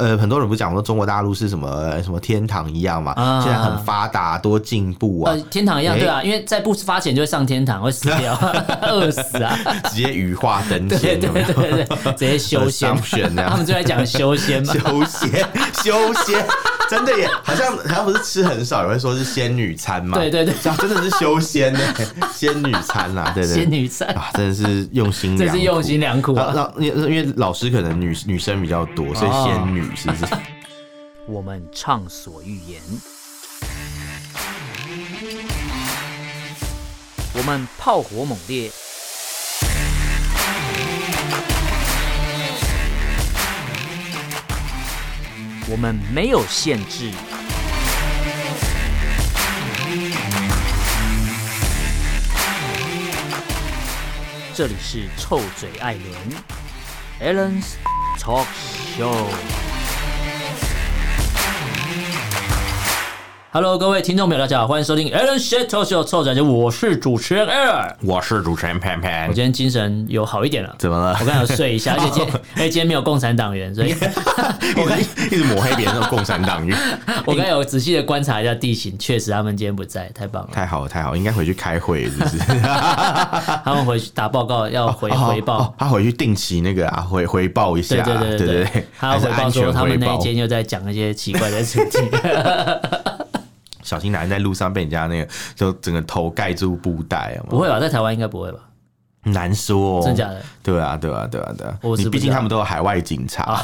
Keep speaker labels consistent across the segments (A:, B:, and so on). A: 呃，很多人不是讲说中国大陆是什么什么天堂一样嘛，
B: 啊
A: 现在很发达，多进步啊
B: 呃，，天堂一样，
A: 哎
B: 对啊，因为在不发前就会上天堂，会死 掉，饿死啊！
A: 直接羽化登
B: 对
A: 仙，
B: 对
A: 有没
B: 对
A: 有？
B: 对对，直接修仙
A: Assumption，这样
B: 他 们就在讲 修仙嘛。
A: 修仙，修仙，真的耶，好像好像不是吃很少，有人说是仙女餐嘛，
B: 对对对
A: 这样真的是修仙呢，仙女餐啦，对对
B: 仙女 散，
A: 啊，真的是用心良苦，
B: 这是用心良苦
A: 啊。
B: 啊！
A: 那因为因为老师可能女女生比较多，所以
B: 哦
A: 仙女是不 是？
B: 我们畅所欲言，我们炮火猛烈，我们没有限制。这里是臭嘴艾伦 a l l e n s Talk Show。Hello，各位听众朋友，大家好，欢迎收听 Alan s h i t Talk Show 臭嘴节目，我是主持人 Alan。
A: 我是主持人潘潘
B: 我今天精神有好一点了，
A: 怎么了
B: 我刚才有 睡一下，而且今天，而且今天没有共产党员，所以
A: 一直一直抹黑别人的共产党员，
B: 我刚才有仔细的观察一下地形，确实他们今天不在，太棒了。
A: 太好了太好了，应该回去开会是不是？
B: 他们回去打报告要回
A: 哦
B: 回
A: 哦
B: 报，
A: 他回去定期那个啊回回报一下
B: 对
A: 啊，
B: 对对
A: 对
B: 对
A: 对，
B: 他要
A: 还是
B: 回报
A: 安全
B: 说他们
A: 回
B: 那一
A: 报
B: 间又在讲一些奇怪的主 题，
A: 小心男人在路上被人家那个就整个头盖住布带，有没有
B: 不会吧？在台湾应该不会吧？
A: 很难说、哦，
B: 真假的？
A: 对啊，对啊，对啊，对啊
B: 我，是
A: 你
B: 不
A: 毕竟
B: 知道啊
A: 他们都有海外警察，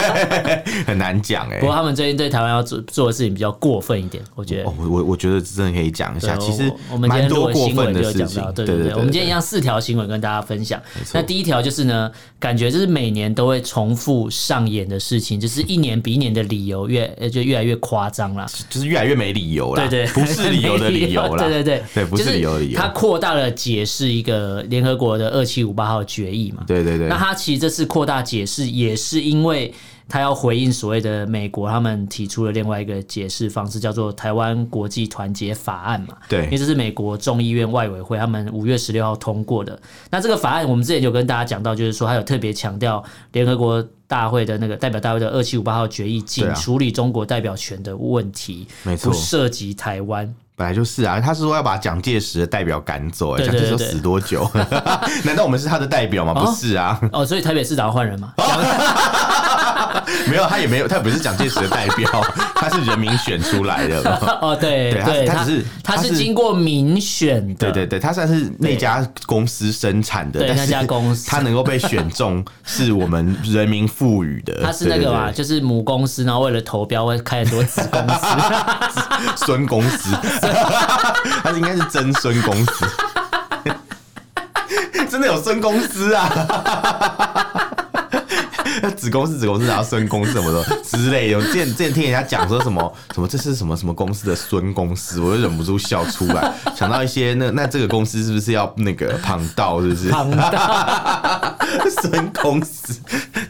A: 很难讲哎、
B: 不过他们最近对台湾要做做的事情比较过分一点，我觉得
A: 哦，。我我我觉得真的可以讲一
B: 对
A: 下，啊其实
B: 我我们今
A: 蛮
B: 天录
A: 多
B: 的
A: 过
B: 新
A: 分
B: 闻就有
A: 事
B: 讲
A: 情
B: 到，，对
A: 对
B: 对，我们今天一
A: 要
B: 样四条新闻跟大家分享。那第一条就是呢，感觉就是每年都会重复上演的事情，就是一年比一年的理由越呃就越来越夸张啦。
A: 就是越来越没理由啦，
B: 对对，
A: 不是理由的理由啦，
B: 对对对
A: 对，不
B: 就是
A: 理由的理由
B: 它，扩大了解释一个联合国的二七五八号决议嘛。
A: 对对对
B: 那，他其实这次扩大解释，也是因为他要回应所谓的美国他们提出了另外一个解释方式，叫做《台湾国际团结法案》嘛。
A: 对
B: 因为这是美国众议院外委会他们五月十六号通过的。那这个法案我们之前有跟大家讲到，就是说它有特别强调联合国。大会的那个代表大会的二七五八号决议，仅
A: 对啊
B: 处理中国代表权的问题，
A: 没错
B: 不涉及台湾。
A: 本来就是啊，他是说要把蒋介石的代表赶走、欸，
B: 对
A: 蒋
B: 对
A: 介石要
B: 对
A: 死多久？ 难道我们是他的代表吗？不是啊，
B: 哦，所以台北市长换人嘛？
A: 哦没有，他也没有，他不是蒋介石的代表， 他是人民选出来的嘛。
B: 哦，对
A: 对他
B: 对，
A: 他只是
B: 他
A: 他
B: 是
A: 是
B: 经过民选的，
A: 对对对，他算是那家公司生产的，
B: 对
A: 但是
B: 那家公司
A: 他能够被选中，是我们人民赋予的。
B: 他是那个嘛，
A: 对
B: 就是母公司，然后为了投标会开很多子公 司，
A: 对对孙公 司，他是应该是真孙公司，真的有孙公司啊。子公司、子公司，然后孙公司什么的之类的。我之前之前听人家讲说什么什么这是什么什么公司的孙公司，我就忍不住笑出来，想到一些那那这个公司是不是要那个旁道，是不是？
B: 庞大。
A: 孙公司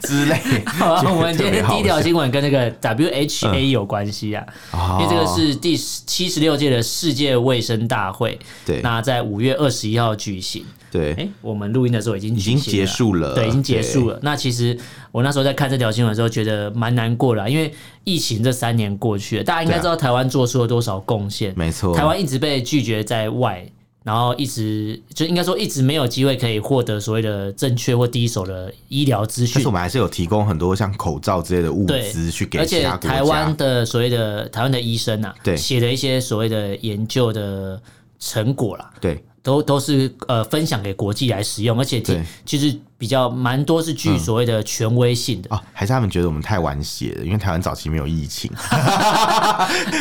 A: 之类。
B: 好我们今
A: 觉得特别
B: 天
A: 好
B: 第一条
A: 笑
B: 新闻跟那个 WHA 有关系啊，
A: 嗯哦
B: 因为这个是第七十六届的世界卫生大会，
A: 对
B: 那在五月二十一号举行。哎
A: 对，，
B: 我们录音的时候已经已
A: 已经结束了，
B: 对，已经结束了。那其实我那时候在看这条新闻的时候，觉得蛮难过的啊、因为疫情这三年过去了，大家应该
A: 对啊
B: 知道台湾做出了多少贡献
A: 对，。没错。
B: 台湾一直被拒绝在外，然后一直就应该说一直没有机会可以获得所谓的正确或第一手的医疗资
A: 但
B: 讯
A: 是我。们还是有提供很多像口罩之类的物
B: 对
A: 资去给
B: 而
A: 其
B: 且
A: 他国家。
B: 台湾的所谓的台湾的医生啊，
A: 对
B: 写的一些所谓的研究的成果啦，
A: 对
B: 都都是呃分享给国际来使用，而且
A: 对嗯
B: 其实比较蛮多是具所谓的权威性 的。
A: 哦，还是他们觉得我们太晚写了，因为台湾早期没有疫情，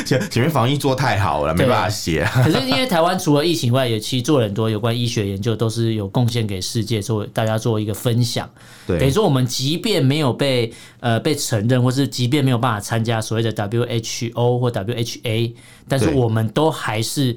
A: 前前面防疫做太好了，没
B: 对
A: 办法写。
B: 可是因为台湾除了疫情以外，也其实做了很多有关医学研究，都是有贡献给世界做大家做一个分享。等于
A: 对
B: 说，我们即便没有被呃被承认，或是即便没有办法参加所谓的 WHO 或 WHA，但是
A: 对
B: 我们都还是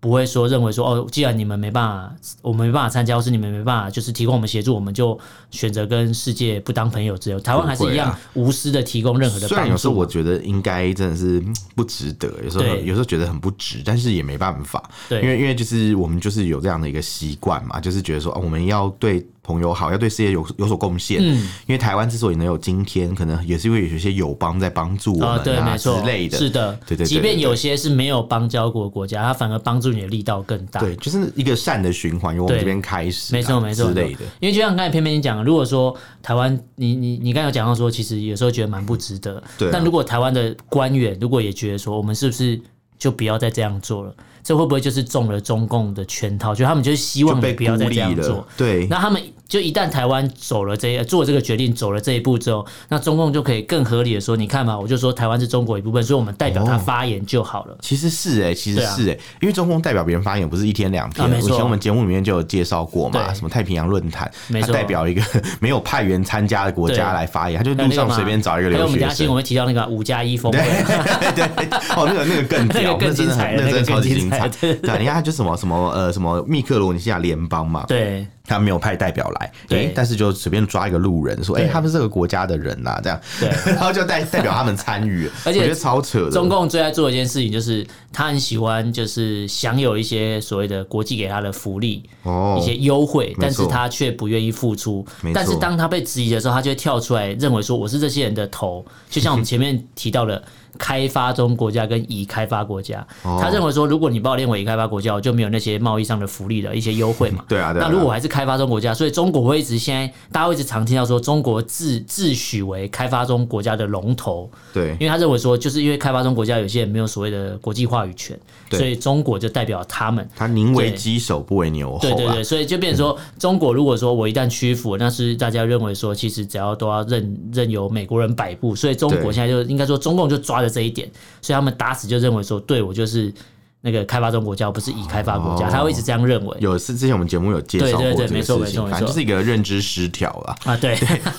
B: 不会说认为说哦，既然你们没办法，我们没办法参加，或是你们没办法就是提供我们协助，我们就选择跟世界不当朋友之类的。台湾还是一样
A: 不啊
B: 无私的提供任何的
A: 虽然有
B: 帮
A: 时候
B: 助。
A: 我觉得应该真的是嗯不值得，有时候
B: 对
A: 有时候觉得很不值，但是也没办法。
B: 对
A: 因为因为就是我们就是有这样的一个习惯嘛，就是觉得说、哦、我们要对朋友好，要对世界有有所贡献。嗯，因为台湾之所以能有今天，可能也是因为有一些友邦在帮助我们
B: 啊，对，
A: 啊
B: 没
A: 之
B: 错，
A: 类的。
B: 是的，
A: 对对对
B: 即
A: 对
B: 便
A: 对
B: 有些是没有邦交国国家，它反而帮助你的力道更大。
A: 对，就是一个善的循环，由我们
B: 对
A: 这边开始啊、
B: 没错没错
A: 之类的。
B: 因为就像刚才偏偏你讲，如果说台湾，你你你刚才有讲到说，其实有时候觉得蛮不值得。
A: 对啊
B: 但如果台湾的官员如果也觉得说，我们是不是就不要再这样做了？这会不会就是中了中共的圈套？就他们就是希
A: 就
B: 望你
A: 被孤
B: 不要再这
A: 立
B: 样做
A: 了。，对，
B: 那他们就一旦台湾走了这呃做这个决定，走了这一步之后，那中共就可以更合理的说，你看嘛，我就说台湾是中国一部分，所以我们代表他
A: 哦
B: 发言就好了。
A: 其实是哎、其实
B: 对啊
A: 是哎、因为中共代表别人发言不是一天两天，
B: 啊没
A: 以
B: 错
A: 前我们节目里面就有介绍过嘛，
B: 对
A: 什么太平洋论坛，
B: 没
A: 他
B: 错
A: 代表一个 没有派员参加的国
B: 对
A: 家来发言，他就路
B: 还有那个
A: 上
B: 嘛
A: 随便找一个
B: 还有
A: 留
B: 我们
A: 学
B: 等一下新闻
A: 生。
B: 会提到那个五加一峰会
A: 对 对，哦，那个那个更屌，
B: 那个更
A: 真的
B: 精
A: 很
B: 彩了
A: 那真的
B: 那个更
A: 超级
B: 精
A: 精彩。
B: 彩对
A: 对啊，你看他就什么什么呃什么密克罗尼西亚联邦嘛，
B: 对
A: 他没有派代表来，
B: 对
A: 诶但是就随便抓一个路人说，哎、
B: 对
A: 他们是这个国家的人呐、这样，
B: 对
A: 然后就代代表他们参与，
B: 而且
A: 我觉得超扯的。
B: 中共最爱做的一件事情就是，他很喜欢就是享有一些所谓的国际给他的福利、
A: 哦
B: 一，些优惠，
A: 错
B: 但是他却不愿意付出
A: 没。错
B: 但是当他被质疑的时候，他就会跳出来认为说我是这些人的 头，就像我们前面提到的。开发中国家跟已开发国家，
A: 哦
B: 他认为说，如果你把我列为已开发国家，我就没有那些贸易上的福利的一些优惠嘛。
A: 对啊对啊
B: 那如果我还是开发中国家，所以中国会一直现在大家会一直常听到说，中国自自诩为开发中国家的龙头。
A: 对
B: 因为他认为说，就是因为开发中国家有些人没有所谓的国际话语权，
A: 对
B: 所以中国就代表他们。
A: 他宁为
B: 对
A: 鸡首不为牛后啊。
B: 对对对，所以就变
A: 嗯
B: 成说，中国如果说我一旦屈服，那是大家认为说，其实只要都要任任由美国人摆布，所以中国
A: 对
B: 现在就应该说，中共就抓着这一点，所以他们打死就认为说，对我就是那个开发中国家，我不是已开发国家，
A: 哦
B: 他会一直这样认为
A: 有是之前我们节目有介绍
B: 对对
A: 过
B: 对
A: 这
B: 没
A: 个
B: 错
A: 事
B: 没错
A: 情，
B: 没
A: 反正
B: 错
A: 就是一个认知失调啦。
B: 啊，对。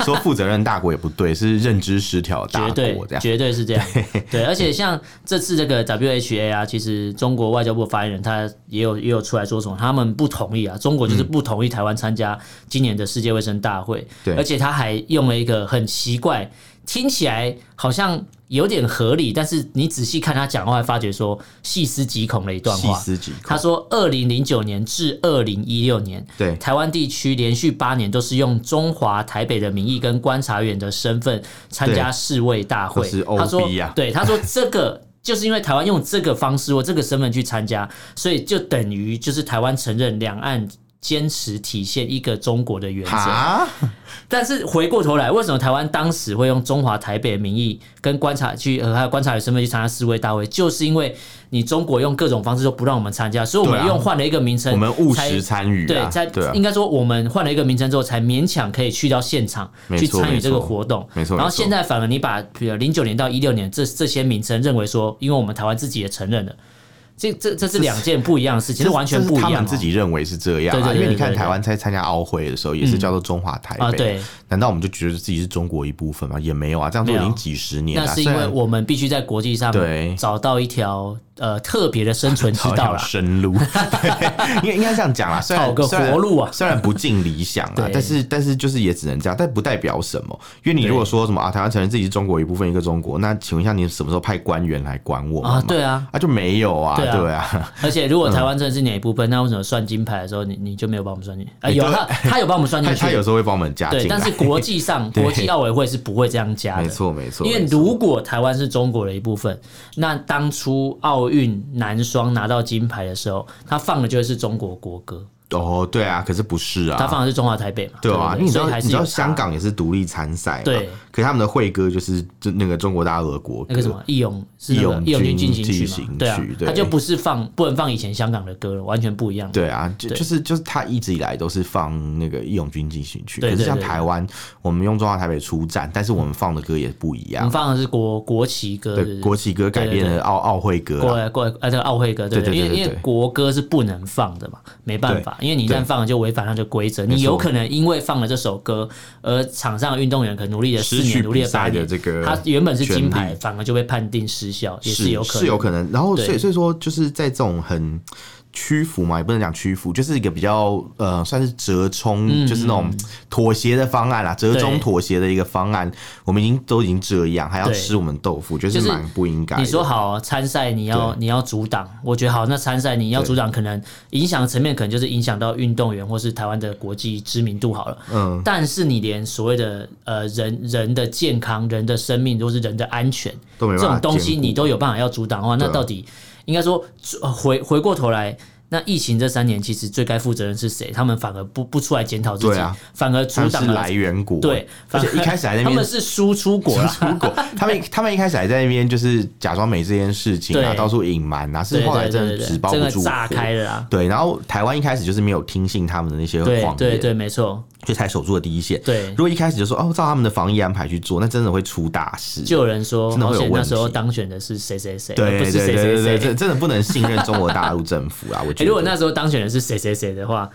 A: 说负责任大国也不对，是认知失调大
B: 绝对
A: 国这样。
B: 绝对是这样。对，而且像这次这个 WHA 啊，其实中国外交部发言人他也有也有出来说什么，他们不同意啊，中国
A: 嗯
B: 就是不同意台湾参加今年的世界卫生大会，
A: 对
B: 而且他还用了一个很奇怪，听起来好像。有点合理，但是你仔细看他讲话，会发觉说细思极恐的一段
A: 细
B: 话。
A: 思极恐
B: 他，说，二零零九年至二零一六年，
A: 对
B: 台湾地区连续八年都是用中华台北的名义跟观察员的身份参加世卫大会。
A: 对或是
B: 他说
A: OB 啊，
B: 对，他说这个。 就是因为台湾用这个方式或这个身份去参加，所以就等于就是台湾承认两岸坚持体现一个中国的原则。
A: 哈，
B: 但是回过头来，为什么台湾当时会用中华台北的名义跟观察去呃还有观察员身份去参加世卫大会，就是因为你中国用各种方式都不让我们参加，所以我们
A: 对啊
B: 用换了一个名称，
A: 我们务
B: 才
A: 实参与
B: 对，
A: 啊，
B: 在
A: 对啊
B: 应，该说我们换了一个名称之后，才勉强可以去到现场
A: 没
B: 去
A: 错
B: 参与
A: 没
B: 这个
A: 错
B: 活动。
A: 没错
B: 然后
A: 没错
B: 现在反而你把比如零九年到一六年这这些名称认为说，因为我们台湾自己也承认了，这这这是两件不一样的事情，
A: 这
B: 是完全
A: 这是
B: 不一
A: 他
B: 样、
A: 们
B: 哦。
A: 自己认为是这样
B: 对对
A: 啊，
B: 对
A: 因为你
B: 对
A: 看
B: 对
A: 台湾在参加奥会的时候也是叫做中华台
B: 啊，
A: 北，
B: 对，
A: 难道我们就觉得自己是中国一部分吗？也没有啊，这样都已
B: 没有
A: 经几十年
B: 那
A: 了。啊
B: 是
A: 虽
B: 因为
A: 然
B: 我们必须在国际上
A: 对
B: 找到一条呃特别的生存之 道
A: 了
B: 啦。
A: 生 路，对应该应该这样讲啦。虽然
B: 找个
A: 虽然
B: 活路啊
A: 虽然不尽理想啊
B: 对，
A: 但是但是就是也只能这样，但不代表什么。因为你如果说什么啊，台湾承认自己是中国一部分，一个中国，那请问一下，你什么时候派官员来管我们
B: 啊，
A: 嘛
B: 对啊，
A: 啊就没有啊，
B: 对啊
A: 对啊，
B: 而且如果台湾真的是你的一部分，那为什么算金牌的时候你你就没有帮我们算进？啊，
A: 哎
B: 有
A: 对
B: 他他有帮我们算进
A: 他
B: 去
A: 他，有时候会帮我们加
B: 对，
A: 进
B: 但
A: 来
B: 是，国际 上
A: 对
B: 国际奥委会是不会这样加
A: 没
B: 的。
A: 错没错，
B: 因为
A: 没错
B: 如果台湾是中国的一部分，那当初奥运男双拿到金牌的时候，他放的就会是中国国歌，
A: 哦对啊，可是不是
B: 他
A: 啊。
B: 放的是中华台北嘛？
A: 对
B: 对
A: 啊，
B: 不
A: 因为你知道，
B: 所以还
A: 你
B: 是
A: 知
B: 有
A: 道
B: 差
A: 香港也是独立参赛嘛，
B: 对
A: 可他们的会歌就是就那个中国大陆的国歌，
B: 那个什么义勇是那
A: 义
B: 个
A: 勇
B: 义勇军
A: 军
B: 进行曲
A: 进行
B: 嘛？
A: 曲
B: 对啊，
A: 对
B: 他就不是放不能放以前香港的歌了，完全不一样。
A: 对啊，就
B: 对
A: 就是就是他一直以来都是放那个义勇军进行曲，
B: 对
A: 可是像
B: 对对
A: 台湾，我们用中华台北出战，但是我们放的歌也不一
B: 我们
A: 样，
B: 放的是国国旗歌，对
A: 对，
B: 对
A: 国旗歌改编
B: 对对
A: 了奥奥会歌
B: 过
A: 啦，
B: 来过来，呃，这个奥会歌，对
A: 啊
B: 不
A: 对对
B: 因为
A: 对对
B: 因为
A: 对
B: 国歌是不能放的嘛，没办法，因为你一旦
A: 对
B: 放了就违反它的规则，
A: 没
B: 你
A: 错
B: 有可能因为放了这首歌，而场上的运动员可能努力了四
A: 失去
B: 年，努力
A: 比
B: 了八
A: 赛
B: 年
A: 的，这个
B: 他原本是
A: 权
B: 金牌，
A: 利
B: 反而就被判定失效，也有可
A: 是有
B: 能。
A: 可能。然后所
B: 对
A: 以所以说，就是在这种很屈服嘛，也不能讲屈服，就是一个比较呃，算是折冲，就是那种妥协的方案啦，折中
B: 嗯对
A: 妥协的一个方案。我们已经都已经这样，还要
B: 对
A: 吃我们豆腐，就是
B: 就是
A: 蛮不应该的。
B: 你说好参赛，你要你要阻挡，我觉得好。那参赛你要阻挡，可能影响层面可能就是影响到运动员或是台湾的国际知名度好了。
A: 嗯，
B: 但是你连所谓的呃人人的健康、人的生命，或是人的安全
A: 都没
B: 这
A: 办法
B: 种东西，
A: 兼顾
B: 你都有办法要阻挡的话，那
A: 对啊
B: 到底应该说呃回回过头来。那疫情这三年，其实最该负责任是谁？他们反而不不出来检讨自
A: 对
B: 己，
A: 啊
B: 反而
A: 他
B: 阻
A: 们
B: 挡
A: 是
B: 了
A: 来。源国，
B: 对，
A: 而
B: 反
A: 且
B: 而
A: 一开始还在那
B: 他
A: 边
B: 们是输出国啦，
A: 出 国，他们他们一开始还在那边就是假装没这件事情啊，
B: 对
A: 到处隐瞒啊，是
B: 对
A: 后来
B: 对
A: 真
B: 对
A: 的
B: 对
A: 纸
B: 对，
A: 包
B: 这
A: 不
B: 个
A: 住
B: 炸
A: 火
B: 开了啦。
A: 对，然后台湾一开始就是没有听信他们的那些
B: 对
A: 谎
B: 对
A: 言，
B: 对，没错，
A: 所以才守住了第一线。
B: 对
A: 如。果一开始就说哦，照他们的防疫安排去做，那真的会出大事。
B: 就有人说，
A: 真的
B: 好
A: 会有
B: 险那时候
A: 问题
B: 当选的是谁谁谁，而
A: 对
B: 不
A: 对
B: 是谁
A: 对对
B: 谁
A: 对，
B: 谁。
A: 真真的不能信任中国大陆政府啊！我觉得
B: 哎，如果那时候当选的是谁谁谁的话，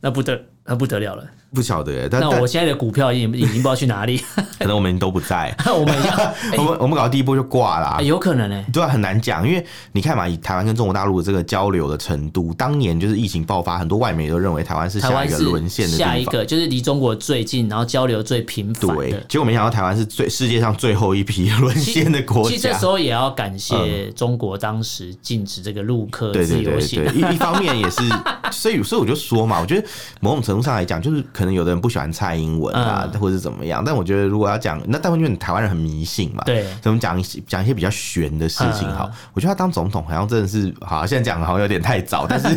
B: 那不得那不得了 了。
A: 不晓得耶，但
B: 那
A: 但
B: 我现在的股票已经已经不知道去哪里，
A: 可能我们都不在，
B: 我们 一样
A: 我们我们搞到第一波就挂啦
B: 哎。有可能呢。
A: 对啊，很难讲，因为你看嘛，以台湾跟中国大陆的这个交流的程度，当年就是疫情爆发，很多外媒都认为台湾是
B: 台
A: 下
B: 湾
A: 一个
B: 是
A: 沦陷的地
B: 下
A: 方。
B: 一个，就是离中国最近，然后交流最频繁
A: 对
B: 的，。
A: 结果没想到台湾是最世界上最后一批沦陷的国
B: 其实这
A: 家嗯
B: 时。候也要感谢中国当时禁止这个陆客
A: 对
B: 自
A: 对
B: 由
A: 对
B: 行
A: 对，，一一方面也是，所以所以我就说嘛，我觉得某种程度上来讲，就是可能有的人不喜欢蔡英文啊，
B: 嗯
A: 或者怎么样，但我觉得如果要讲，那大部分就是台湾人很迷信嘛，
B: 对嗯
A: 所以我们讲一些讲一些比较玄的事情好，我觉得他当总统好像真的是，好现在讲好像有点太早，但是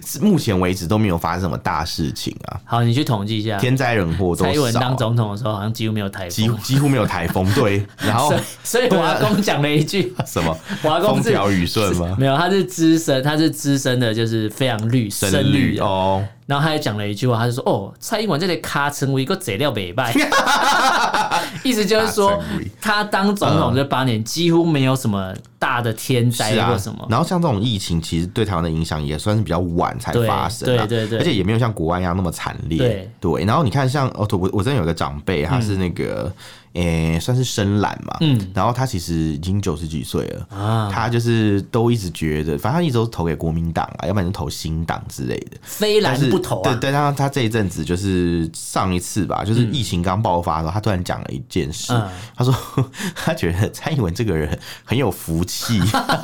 A: 是目前为止都没有发生什么大事情啊，
B: 好，你去统计一下，
A: 天灾人祸都
B: 蔡英文
A: 少
B: 当
A: 啊，
B: 总统的时候，好像几乎没有台
A: 几乎
B: 风。
A: 几乎没有台风，对，然后
B: 所以，所以我阿公讲了 一句，
A: 什么
B: 我阿公
A: 风
B: 是
A: 调雨顺吗？
B: 没有，他是资深，他是资深的，就是非常绿深
A: 深
B: 绿
A: 绿
B: 的。
A: 哦，
B: 然后他还讲了一句话，他就说：“哦，蔡英文这类卡成为一个贼料北败。” 意思就是说
A: 卡成为，嗯
B: 他当总统这八年几乎没有什么大的天灾
A: 是啊
B: 或什么。
A: 然后像这种疫情，其实对台湾的影响也算是比较晚才
B: 对
A: 发生、啊，
B: 对对对
A: 而且也没有像国外一样那么惨烈，
B: 对
A: 然后你看像，哦，我我真的有个长辈，他是那个，诶、算是深蓝嘛，
B: 嗯
A: 然后他其实已经九十几岁了。
B: 啊，
A: 他就是都一直觉得，反正他一直都投给国民党啊，要不然就投新党之类的。
B: 非
A: 但
B: 蓝
A: 是
B: 不投
A: 对
B: 啊，
A: 对，他他这一阵子就是上一次吧，就是疫情刚爆发的时候，他突然讲了一件事，
B: 嗯
A: 他说他觉得蔡英文这个人很有福气，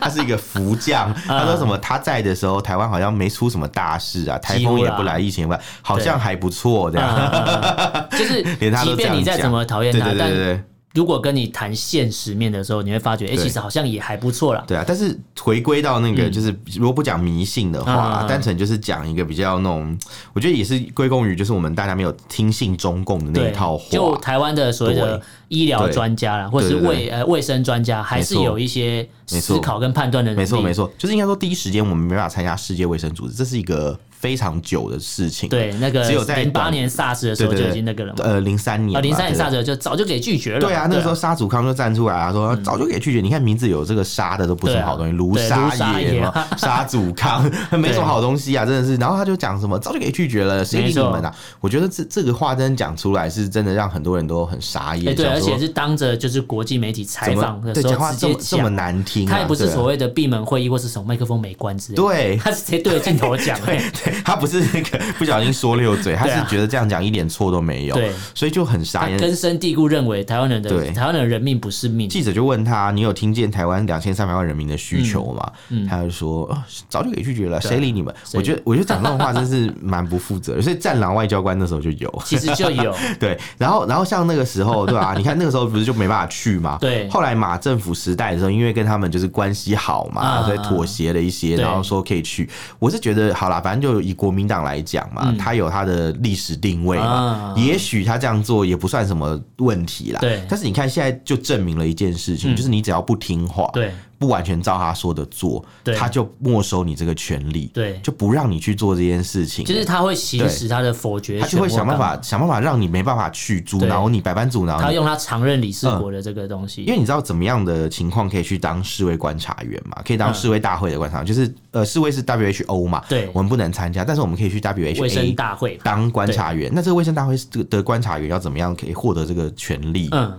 A: 他是一个福将。
B: 嗯
A: 他说什么他在的时候，台湾好像没出什么大事啊，台
B: 几乎
A: 风也
B: 啦
A: 不来，疫情也不来，好像还不错这样。
B: 啊就是
A: 连他
B: 即
A: 都这样
B: 便你再
A: 讲
B: 怎么讨
A: 对
B: 厌
A: 对
B: 他
A: 对，
B: 但
A: 对对。
B: 如果跟你谈现实面的时候，你会发觉，哎，
A: 对
B: 其实好像也还不错啦。
A: 对啊，但是回归到那个，就是、如果不讲迷信的话啦，
B: 嗯嗯嗯嗯
A: 单纯就是讲一个比较那种，我觉得也是归功于就是我们大家没有听信中共的那一
B: 对
A: 套话，，
B: 就台湾的所谓的
A: 对
B: 医疗专家啦，或者是
A: 对对对
B: 卫呃卫生专家，还是
A: 没错
B: 有一些
A: 没错
B: 思考跟判断的能力。
A: 没错，没错，就是应该说第一时间我们没办法参加世界卫生组织，这是一个非常久的事情。，
B: 对，那个
A: 只有在
B: 零八
A: 短
B: 年 SARS 的时
A: 对
B: 候
A: 对
B: 就
A: 对，
B: 已经那个了嘛。
A: 呃，零三年
B: 啊，
A: 吧，
B: 零三年
A: 对
B: SARS 的就早就给拒绝了嘛。
A: 对啊，那个时候沙祖康就站出来啊，说早就给拒绝。你看名字有这个沙的都不是什么好东西，
B: 嗯对啊
A: 卢
B: 对卢
A: 沙
B: 沙
A: 野
B: 野啊
A: 嘛，沙祖康 没什么好东西啊，真的是。然后他就讲什么早就给拒绝了，谁理你们
B: 没
A: 啊？我觉得这这个话真的讲出来，是真的让很多人都很傻
B: 哎
A: 眼，
B: 对，
A: 想
B: 而
A: 说
B: 且是当着就是国际媒体采
A: 怎
B: 访
A: 么
B: 的
A: 对
B: 时
A: 讲
B: 候
A: 话
B: 直
A: 这
B: 接
A: 么这么
B: 讲，
A: 难听啊，
B: 他也不是
A: 对啊
B: 所谓的闭门会议或是什么麦克风没关之类的，
A: 对
B: 他是直接对着镜头讲。哎
A: 对他不是那个不小心说溜嘴，他
B: 对
A: 是
B: 啊
A: 觉得这样讲一点错都没有
B: 对，
A: 所以就很傻
B: 他
A: 眼。
B: 根深蒂固认为台湾人的
A: 对
B: 台湾人的人命不是命，
A: 记者就问他：“你有听见台湾两千三百万人民的需求吗？”
B: 嗯
A: 他就说、啊早就给拒绝了，谁理你们？”
B: 谁
A: 我觉得，我觉得讲这种话真是蛮不负责任。所以战狼外交官那时候就有，
B: 其实 就有
A: 对，然后然后像那个时候，对吧、你看那个时候不是就没办法去嘛？
B: 对
A: 后来马政府时代的时候，因为跟他们就是关系好嘛，
B: 啊
A: 所以妥协了一些，
B: 对
A: 然后说可以去。我是觉得好啦，反正就以国民党来讲嘛，他有他的历史定位嘛，
B: 嗯啊
A: 也许他这样做也不算什么问题啦。
B: 对嗯
A: 但是你看现在就证明了一件事情，就是你只要不听话，
B: 对
A: 不完全照他说的做，
B: 对
A: 他就没收你这个权利，
B: 对，
A: 就不让你去做这件事情。
B: 就是他会行
A: 对
B: 使他的否决
A: 他
B: 权，
A: 就会想办，法想办法让你没办法去阻挠你，百般阻挠
B: 他
A: 你。
B: 用他常任理事国的这个东西，
A: 嗯因为你知道怎么样的情况可以去当世卫观察员嘛？可以当世卫大会的观察员，就是呃，世卫是 WHO 嘛，
B: 嗯对
A: 我们不能参加，但是我们可以去
B: 卫生
A: WHA
B: 大会，
A: 当观察员。那这个卫生大会这个的观察员要怎么样可以获得这个权利？
B: 嗯，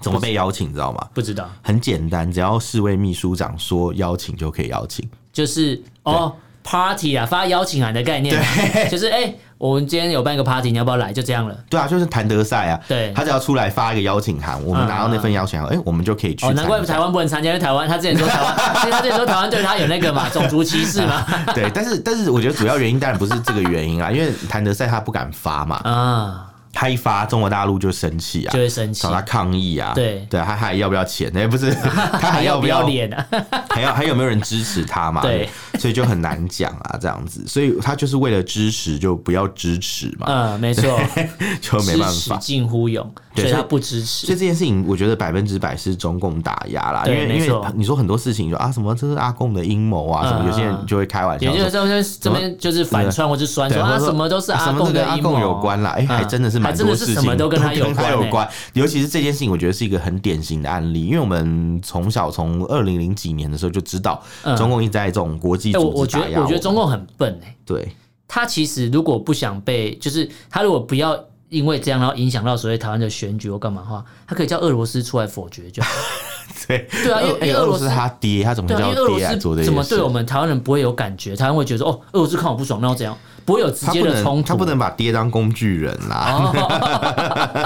A: 怎么被邀请？你知道吗？
B: 不知道，
A: 很简单，只要世卫秘书长说邀请就可以邀请。
B: 就是哦， party 啊，发邀请函的概念， 就是哎、我们今天有办一个 party，你要不要来？就这样了。
A: 对啊，就是谭德赛啊，
B: 对嗯
A: 他只要出来发一个邀请函，我们拿到那份邀请函，哎，我们就可以去
B: 哦，
A: 参加。
B: 难怪台湾不能参加，因为台湾他之前说 台湾，因为他之前说台湾对他有那个嘛种族歧视嘛，
A: 对，但是但是我觉得主要原因当然不是这个原因啊，因为谭德赛他不敢发嘛，
B: 啊，
A: 他一发中国大陆就生气啊
B: 就，会生气
A: 找，他抗议啊，
B: 对
A: 对，他还要不要钱？哎， 不是，他还
B: 还
A: 要
B: 要不
A: 不
B: 要
A: 要
B: 脸 啊？
A: 还要还有没有人支持他嘛？
B: 对，
A: 所以就很难讲啊，这样子，所以他就是为了支持就不要支持嘛，
B: 嗯，没错，
A: 就没办
B: 支持
A: 法。
B: 近乎勇，
A: 对
B: 所以
A: 所以
B: 他不支
A: 所
B: 持
A: 以。这件事情，我觉得百分之百是中共打压啦，因
B: 对
A: 为
B: 没
A: 因
B: 错
A: 为你说很多事情，你说啊什么这是阿共的阴谋啊，
B: 嗯
A: 什么有些人就会开玩
B: 也
A: 笑
B: 就
A: 说，
B: 是这边这边就是反串或是酸
A: 对，
B: 说
A: 或者
B: 啊
A: 说
B: 什么都是阿
A: 什么
B: 公
A: 这个
B: 的
A: 阿
B: 阴谋
A: 共有关啦，哎，
B: 嗯
A: 还真的是
B: 还
A: 蛮
B: 真的
A: 多
B: 是
A: 事
B: 什么
A: 情
B: 都跟他
A: 他
B: 有关
A: 有
B: 欸
A: 关，尤其是这件事情，我觉得是一个很典型的案例，因为我们从小从二零零几年的时候就知道
B: 嗯
A: 中共一直在这种国际
B: 哎，我
A: 组
B: 我
A: 织
B: 觉
A: 打
B: 得
A: 压
B: 我觉得
A: 们
B: 中共很笨哎，
A: 对
B: 他其实如果不想被，就是他如果不要因为这样然后影响到所谓台湾的选举或干嘛的话，他可以叫俄罗斯出来否 决就好。
A: 对
B: 对啊因为因为
A: 哎俄
B: 俄罗
A: 罗
B: 斯
A: 斯他爹，他怎么
B: 对
A: 会
B: 啊，因
A: 叫
B: 为俄罗
A: 爹来做这
B: 斯
A: 些
B: 怎么
A: 事
B: 对？我们台湾人不会有感觉？台湾会觉得说哦，俄罗斯看我不爽，那又怎样？不会有直
A: 他
B: 接
A: 不
B: 的冲
A: 能，
B: 突。
A: 他
B: 哦
A: 不能把爹当工具人啦。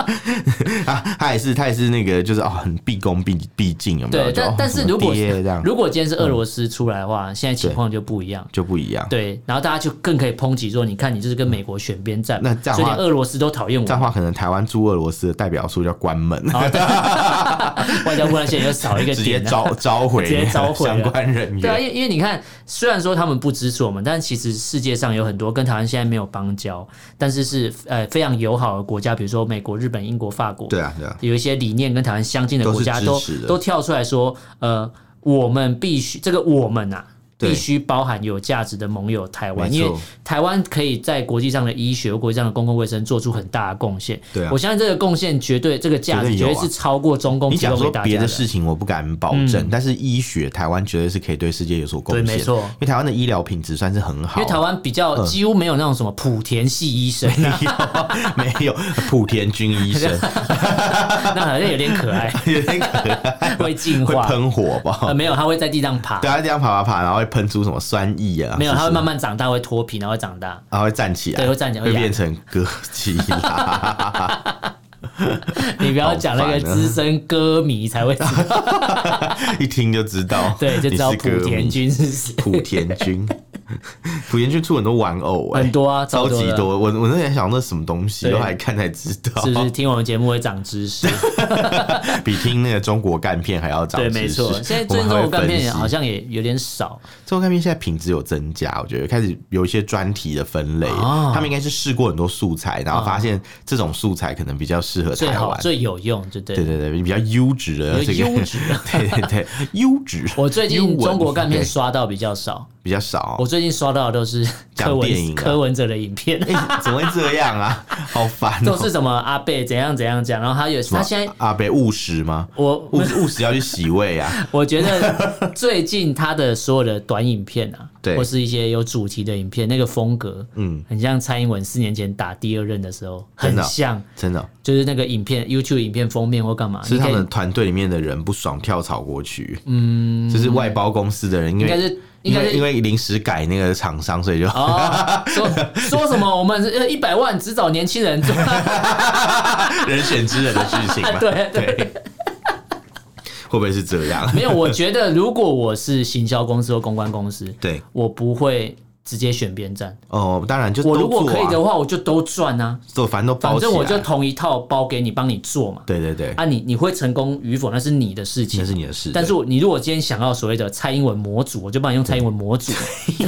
A: 他他也是，他也是那个，就是哦，很毕恭毕毕敬，有没有？
B: 对，
A: 就
B: 但
A: 哦
B: 但
A: 什
B: 是
A: 么
B: 如果
A: 爹这样
B: 如果今天是俄罗斯出来的话，现在情况就不一样。
A: 就不一样。
B: 对，然后大家就更可以抨击说，你看你就是跟美国选边站，
A: 嗯那这样的
B: 所以
A: 话
B: 连俄罗斯都讨厌我
A: 这，样的话，可能台湾驻俄罗斯的代表处要关门，
B: 外交部那线又少一个
A: 直接
B: 哦点啊。
A: 召召回
B: 直接召回啊
A: 相关人
B: 对啊，
A: 员。
B: 因为因为你看，虽然说他们不支持我们，但其实世界上有很多跟台湾现在没有邦交，但是是呃非常友好的国家，比如说美国、日本、英国、法国，
A: 对啊，对啊，
B: 有一些理念跟台湾相近的国家
A: 都
B: 都
A: 是支持的
B: 都跳出来说，呃，我们必须这个我们啊。
A: 对
B: 必须包含有价值的盟友台湾，
A: 没
B: 因
A: 错
B: 为台湾可以在国际上的医学、国际上的公共卫生做出很大的贡献。
A: 对啊
B: 我相信这个贡献绝对，这个价值
A: 绝
B: 绝
A: 对有
B: 对
A: 啊
B: 是超过中共
A: 你
B: 提
A: 讲
B: 供
A: 说
B: 给大
A: 别
B: 家
A: 的
B: 的。
A: 事情，我不敢保证，但是医学台湾绝对是可以对世界有所贡献。
B: 嗯对没错
A: 因为台湾的医疗品质算是很好啊嗯
B: 因为。台湾比较几乎没有那种什么莆田系医生，
A: 没有莆田军医 生
B: 那好像有点可爱，
A: 有点可爱，
B: 会进
A: 会
B: 化。
A: 喷火吧
B: 呃，？没有，它会在地上爬
A: 对，。啊他这样爬爬爬，然后会喷出什么酸液啊？
B: 没有，
A: 是
B: 它会
A: 什么
B: 慢慢长大，会脱皮，然后会长大。
A: 然后会站起来，
B: 对会站起来
A: 会
B: 会
A: 变
B: 压
A: 成歌姬啦。
B: 你不要讲那个
A: 好烦啊
B: 资深歌迷才会知道，
A: 一听就知道，
B: 对，就知道
A: 啊你是歌
B: 莆田
A: 迷
B: 君是 谁。
A: 莆田君，莆田君出很多玩偶、哎，
B: 很多啊
A: 超
B: 超多
A: 级
B: 的
A: 多。我我那天想那什么东西，
B: 对
A: 后来看才知道，
B: 是不是听我们节目会长 知识？
A: 比听那个中国干片还要长
B: 对，
A: 知识。
B: 没错。现在最
A: 我
B: 近
A: 们
B: 中
A: 还会
B: 国干
A: 分析
B: 片好像也有点少，
A: 中国干片现在品质有增加，我觉得开始有一些专题的分类，
B: 哦
A: 他们应该是试过很多素材，然后发现这种素材可能比较适合
B: 最
A: 台
B: 好
A: 湾。
B: 最有用，对不对
A: 对
B: 了？
A: 对对，比较优质的这
B: 比
A: 个
B: 较优质，
A: 对对对，优质。
B: 我最
A: 优
B: 近
A: 文
B: 中国干片
A: 对
B: 刷到比较少，
A: 比较少
B: 我。最近刷到的都是
A: 讲
B: 柯
A: 电影
B: 文
A: 啊
B: 柯文哲的影片。
A: 哎、怎么会这样啊？好 烦、哦！
B: 都是什么阿贝怎样怎样讲，然后他有他现在
A: 阿北务实吗？
B: 我
A: 务务实要去洗胃啊！
B: 我觉得最近他的所有的短影片啊，
A: 对
B: 或是一些有主题的影片，那个风格，嗯，很像蔡英文四年前打第二任的时候，
A: 真
B: 很
A: 的哦
B: 像，
A: 真的哦、
B: 就是那个影片 YouTube 影片封面或干嘛，
A: 是他
B: 你可
A: 们
B: 以
A: 团队里面的人不爽跳槽过去，嗯，就是外包公司的人，因
B: 应该
A: 为
B: 是应
A: 因
B: 该
A: 为因
B: 是。
A: 为临时改那个厂商，所以就、
B: 哦，说说什么？我们呃一百万只找年轻人做，
A: 人选之人的事情嘛，
B: 对
A: 对，会不会是这样？
B: 没有。我觉得如果我是行销公司或公关公司，
A: 对
B: 我不会直接选边站。
A: 哦，当然就
B: 我
A: 都
B: 如果
A: 做
B: 可以
A: 啊
B: 的话，我就都赚啊。
A: 做，反正都包
B: 反
A: 起
B: 正
A: 来，
B: 我就同一套包给你，帮你做嘛。
A: 对对对，
B: 啊你，你会成功与否那是你的事
A: 那
B: 情。
A: 是你的事，
B: 但是我你如果今天想要所谓的蔡英文模组，我就帮你用蔡英文模组。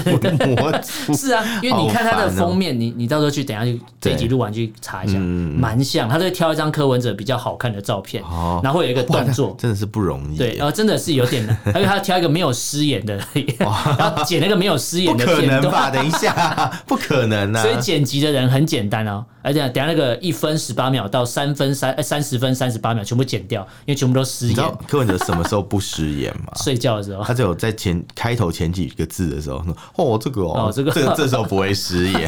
A: 我的模组
B: 是 啊，因为你看它
A: 好
B: 的
A: 烦哦
B: 封面，你你到时候去等一下去这一集录完去查一下，
A: 嗯
B: 蛮像。他就会挑一张柯文哲比较好看的照片，
A: 哦
B: 然后会有一个动作。
A: 真的是不容易，
B: 对，然后真的是有点难，而且他挑一个没有失言的， 然后剪那个没有失言
A: 不
B: 的
A: 可
B: 片
A: 能
B: 段，
A: 吧？等一下，不可能啊！
B: 所以剪辑的人很简单哦，而且等一下那个一分十八秒到三分三哎三十分三十八秒全部剪掉，因为全部都失
A: 你知道
B: 言。？
A: 柯文哲什么时候不食言吗
B: 睡觉的时候，
A: 他只有在前开头前几个字的时候说：“哦，这个哦，
B: 哦这个
A: 这这时候不会食 言。”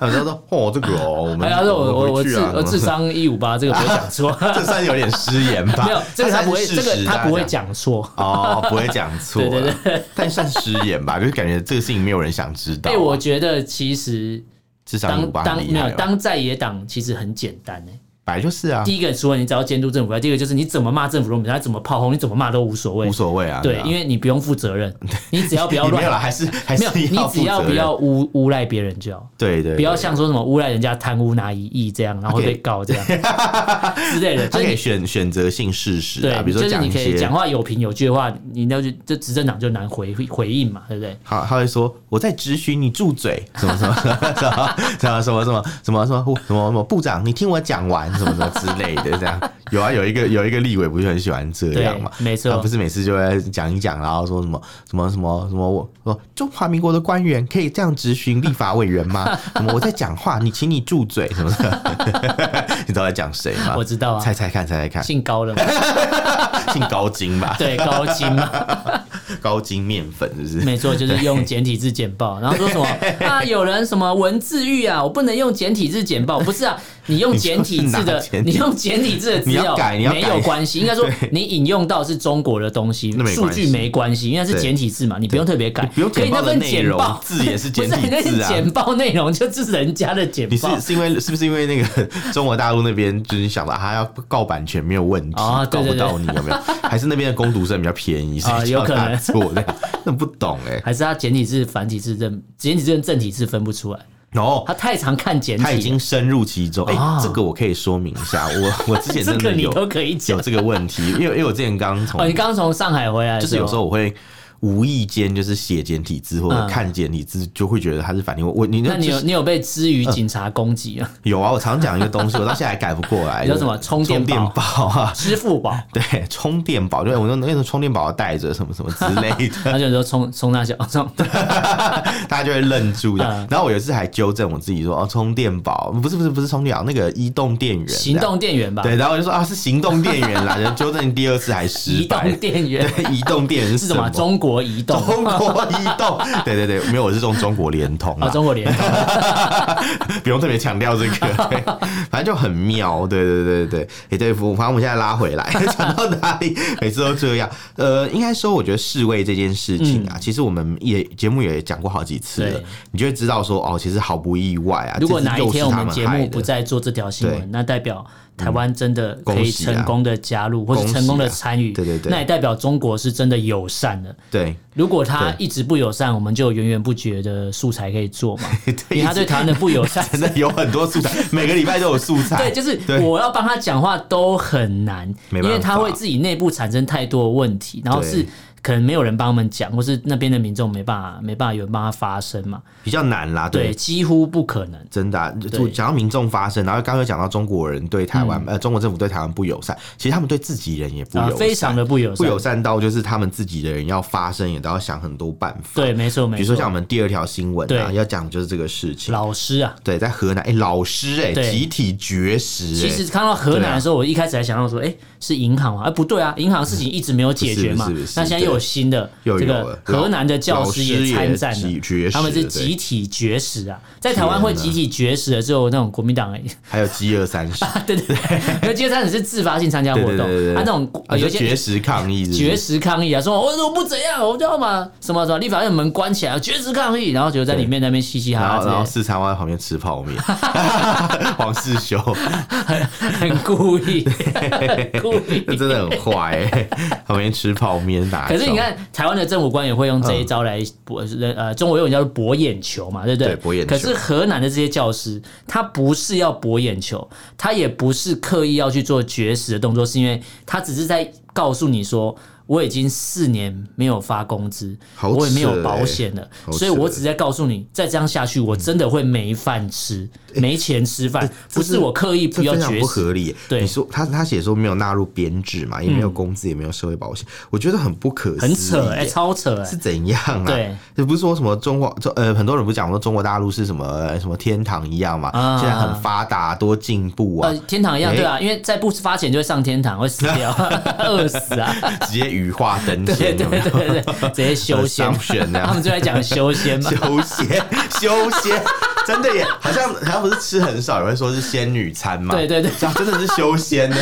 A: 然后他说：“哦，这个哦，我们
B: 哎呀，他说我我我
A: 回
B: 智
A: 去啊
B: 我智商一五八，这个不会讲错，
A: 这算有点食言吧？
B: 没有这个他
A: 算是
B: 不会，
A: 事
B: 这个
A: 实
B: 他不会
A: 大家
B: 讲错。
A: 哦，不会讲错，
B: 对对
A: 对，但算食言吧，就是感觉这个事情没有人想知道啊、
B: 被哎我觉得其实
A: 至少
B: 当
A: 五八很
B: 当
A: 厉
B: 没
A: 害
B: 有
A: 吧，
B: 当在野党其实很简单哎、
A: 本来就是啊，
B: 第一个，除了你只要监督政府，第二个就是你怎么骂政府都没差，他怎么炮轰，你怎么骂都无所谓
A: 无。所谓啊。
B: 对，
A: 啊
B: 因为你不用负责任，你只要不要
A: 你没
B: 乱
A: 有了，，还是还是
B: 没有，你
A: 要
B: 只要
A: 负责
B: 不
A: 任
B: 要诬诬赖别人就好。
A: 对对，
B: 不要
A: 对
B: 像说什么诬赖人家贪污拿一亿这样，然后会被
A: Okay
B: 告 这样之类的。
A: 他
B: 就
A: 可以
B: 是
A: 选选择性事实啊，
B: 对，
A: 比如
B: 就
A: 说
B: 是
A: 讲
B: 你
A: 一
B: 可以
A: 些
B: 讲话有凭有据的话，你那就这执政党就难回回应嘛，对不对？
A: 他他会说我在质询你住嘴，什么什 么什么什么什么什么什么什么什么什么部长，你听我讲完什么什么之类的，这样有啊有一个有一个立委不是很喜欢这样嘛，啊
B: 对没错
A: 他不是每次就会讲一讲，然后说什么什么什么什么我说中华民国的官员可以这样质询立法委员吗？ 什么我在讲话，你请你住嘴什么的， 你知道在讲谁吗？
B: 我知道啊
A: 猜猜看，猜猜看，
B: 姓高的嘛，
A: 姓高金吧？
B: 对，高金嘛，
A: 高金面粉是不是？
B: 没错，就是用简体字简报，然后说 什么啊，有人什么文字狱啊，我不能用简体字简报，不是啊，你用简体字
A: 你就
B: 的
A: 是拿简，体
B: 你用简体字的资
A: 你要
B: 料
A: 改你要改
B: 没有关系，应该说你引用到是中国的东西
A: 那，没
B: 数
A: 关系
B: 据没关系，因为它是
A: 对
B: 简体字嘛，你不用特别改，
A: 不用
B: 可以
A: 简
B: 那
A: 报的
B: 份
A: 内
B: 简
A: 容
B: 报
A: 字也是
B: 不
A: 简
B: 是
A: 体
B: 那
A: 字
B: 是
A: 啊。
B: 简报内容就是人家的简
A: 你是
B: 报。
A: 是因为是不是因为那 个中国大陆那边就是想到他要告版权没有问题，
B: 啊对
A: 告不
B: 对对
A: 到你有 没有？还是那边的工读生比较便宜，所
B: 啊
A: 以
B: 有
A: 叫
B: 可
A: 他
B: 能
A: 做的， 那不懂哎。
B: 还是他简体字、繁体字认简体字跟正体字分不出来，
A: 然后
B: 他太常看简体
A: 他
B: 了，
A: 已经深入其中，哎
B: 啊，
A: 这个我可以说明一下，我我 之前
B: 这
A: 真
B: 个
A: 的
B: 你
A: 有
B: 都可以讲
A: 有。这个问题，因为因为我之前刚从
B: 哦，你刚刚从上海回来的，
A: 就是有时候我会。无意间就是写简体字或者
B: 嗯
A: 看简体字，就会觉得它是反正我我你
B: 那你
A: 就
B: 有
A: 是嗯
B: 你有被之于警察攻 击啊？
A: 有啊，我常讲一个东西，我到现在还改不过来。
B: 你说什么
A: 充
B: 充电
A: 电
B: 宝
A: 宝啊，
B: 支付宝，
A: 对，充电宝，哎对我用那种充电宝带着什么什么之类 的，
B: 他就说冲冲那小冲，
A: 大家就会愣住的
B: 嗯。
A: 然后我有一次还纠正我自己说，哦，充电宝不是不是不是充电宝，那个移动电源，啊
B: 行动电源吧
A: 这，样。对，然后我就说啊，是行动电源啦，然后纠正第二次还失
B: 移
A: 败
B: 动。电源
A: 对，移动电源
B: 是
A: 是
B: 什么？中国移动
A: 中国移动，对对对，没有，我是用中国联通
B: 啊，
A: 啊，
B: 中国 联通
A: 不用特别强调这 个，对反正就很妙，对对对对，也对，反正我们现在拉回 来，讲到哪里， 每次都这样。呃，应该说，我觉得侍卫这件事情啊，其实我们也节目也讲过好几次了
B: 嗯对，
A: 你就会知道说，哦，其实毫不意外啊。
B: 如果
A: 这次
B: 哪一
A: 又是
B: 天我
A: 他
B: 们
A: 们
B: 节
A: 害
B: 目
A: 的
B: 不再做这条新
A: 对
B: 闻，那代表台湾真的可
A: 恭
B: 以
A: 喜啊
B: 成功的加入，或
A: 恭
B: 者
A: 喜啊
B: 成功的参与，
A: 对对对
B: 那也代表中国是真的友善的。
A: 对，
B: 如果他
A: 对
B: 一直不友善，我们就有源源不绝的素材可以做 嘛，因为他对
A: 对。
B: 台湾的不友善
A: 真的有很多 素材，每个礼拜都有素材。
B: 对，就是我要帮他讲话都很难，
A: 没
B: 因
A: 办法
B: 为他会自己内部产生太多的问题，然后是可能没有人帮他们讲，或是那边的民众没办法没办法有人帮他发声嘛，
A: 比较难啦，
B: 对，几乎不可能。
A: 真的、啊，就讲到民众发声，然后刚刚有讲到中国人对台湾、呃，中国政府对台湾不友善，其实他们对自己人也不友
B: 嗯啊
A: 善，，
B: 非常的不友
A: 不
B: 善，
A: 友善到就是他们自己的人要发声，也都要想很多办法。
B: 对，没错，
A: 比
B: 没
A: 如说像
B: 错
A: 我。们第二条新闻啊，
B: 对
A: 要讲就是这个事情。
B: 老师啊，
A: 对，在河南，哎、老师、哎，
B: 对
A: 集体绝食、哎
B: 其实看到河
A: 啊
B: 南的时候，我一开始还想到说，哎，是银行啊，哎，不对啊，银行事情一直没有解决嘛
A: 嗯不是不是不，是
B: 那现在又有新的，
A: 又有
B: 这
A: 了
B: 个河南的教师
A: 老师
B: 也
A: 也
B: 参战
A: 集
B: 了
A: 绝食，
B: 他们是
A: 对
B: 集体绝食啊，在台湾会集体绝食的只有那种国民党而已。
A: 还有饥饿三 十，
B: 对对对，因为街餐只是自发性参加活动，
A: 对对对对对
B: 啊，那种
A: 啊，
B: 呃
A: 就
B: 有些
A: 绝食抗议是不是
B: 绝食抗议啊，说我我不怎样，我就要把什么什么立法院门关起来，绝食抗议，然后就在里面那边嘻嘻
A: 然
B: 哈
A: 后然
B: 哈
A: 后
B: 之
A: 四川湾在旁边吃泡面， 黄世修，
B: 类的，很故 意，很故意
A: 那。真的很坏、哎，旁边吃泡面打。
B: 可是你，看，台湾的政府官员会用
A: 嗯
B: 这一招来博，呃，中国用语叫做博眼球嘛，对不对？
A: 对博眼球
B: 可是河南的这些教师，他不是要博眼球，他也不是刻意要去做绝食的动作，是因为他只是在告诉你说。我已经四年没有发工资，
A: 好
B: 我也没
A: 扯
B: 有
A: 欸
B: 保险了，
A: 好
B: 所以
A: 扯欸
B: 我只是在告诉你，再这样下去，我真的会没饭吃，没钱吃饭，不是我刻
A: 嗯
B: 意
A: 哎这
B: 不要
A: 非常
B: 绝
A: 不
B: 食，
A: 合理。
B: 对嗯
A: 你说他他写说没有纳入编制嘛，也没有工资，也没有社会保险，我觉得很不可思议、
B: 很扯哎、
A: 哎
B: 超扯哎、
A: 是怎样啊？
B: 对，
A: 就不是说什么中国中呃，很多人不是讲说中国大陆是什么呃什么天堂一样嘛，
B: 啊
A: 现在很发达，多进步啊
B: 呃，，天堂一样，
A: 哎
B: 对啊，因为在不发钱就会上天堂，会死 掉，饿死啊！
A: 直接羽化登
B: 对
A: 仙，
B: 对
A: 有没
B: 对
A: 有
B: 对对，直接修仙
A: 很，商选那样啊
B: 他们就在讲修仙嘛。
A: 修仙修仙，真的耶，好像好像不是吃很少，有人说是仙女餐嘛，
B: 对对对，
A: 啊，真的是修仙呢，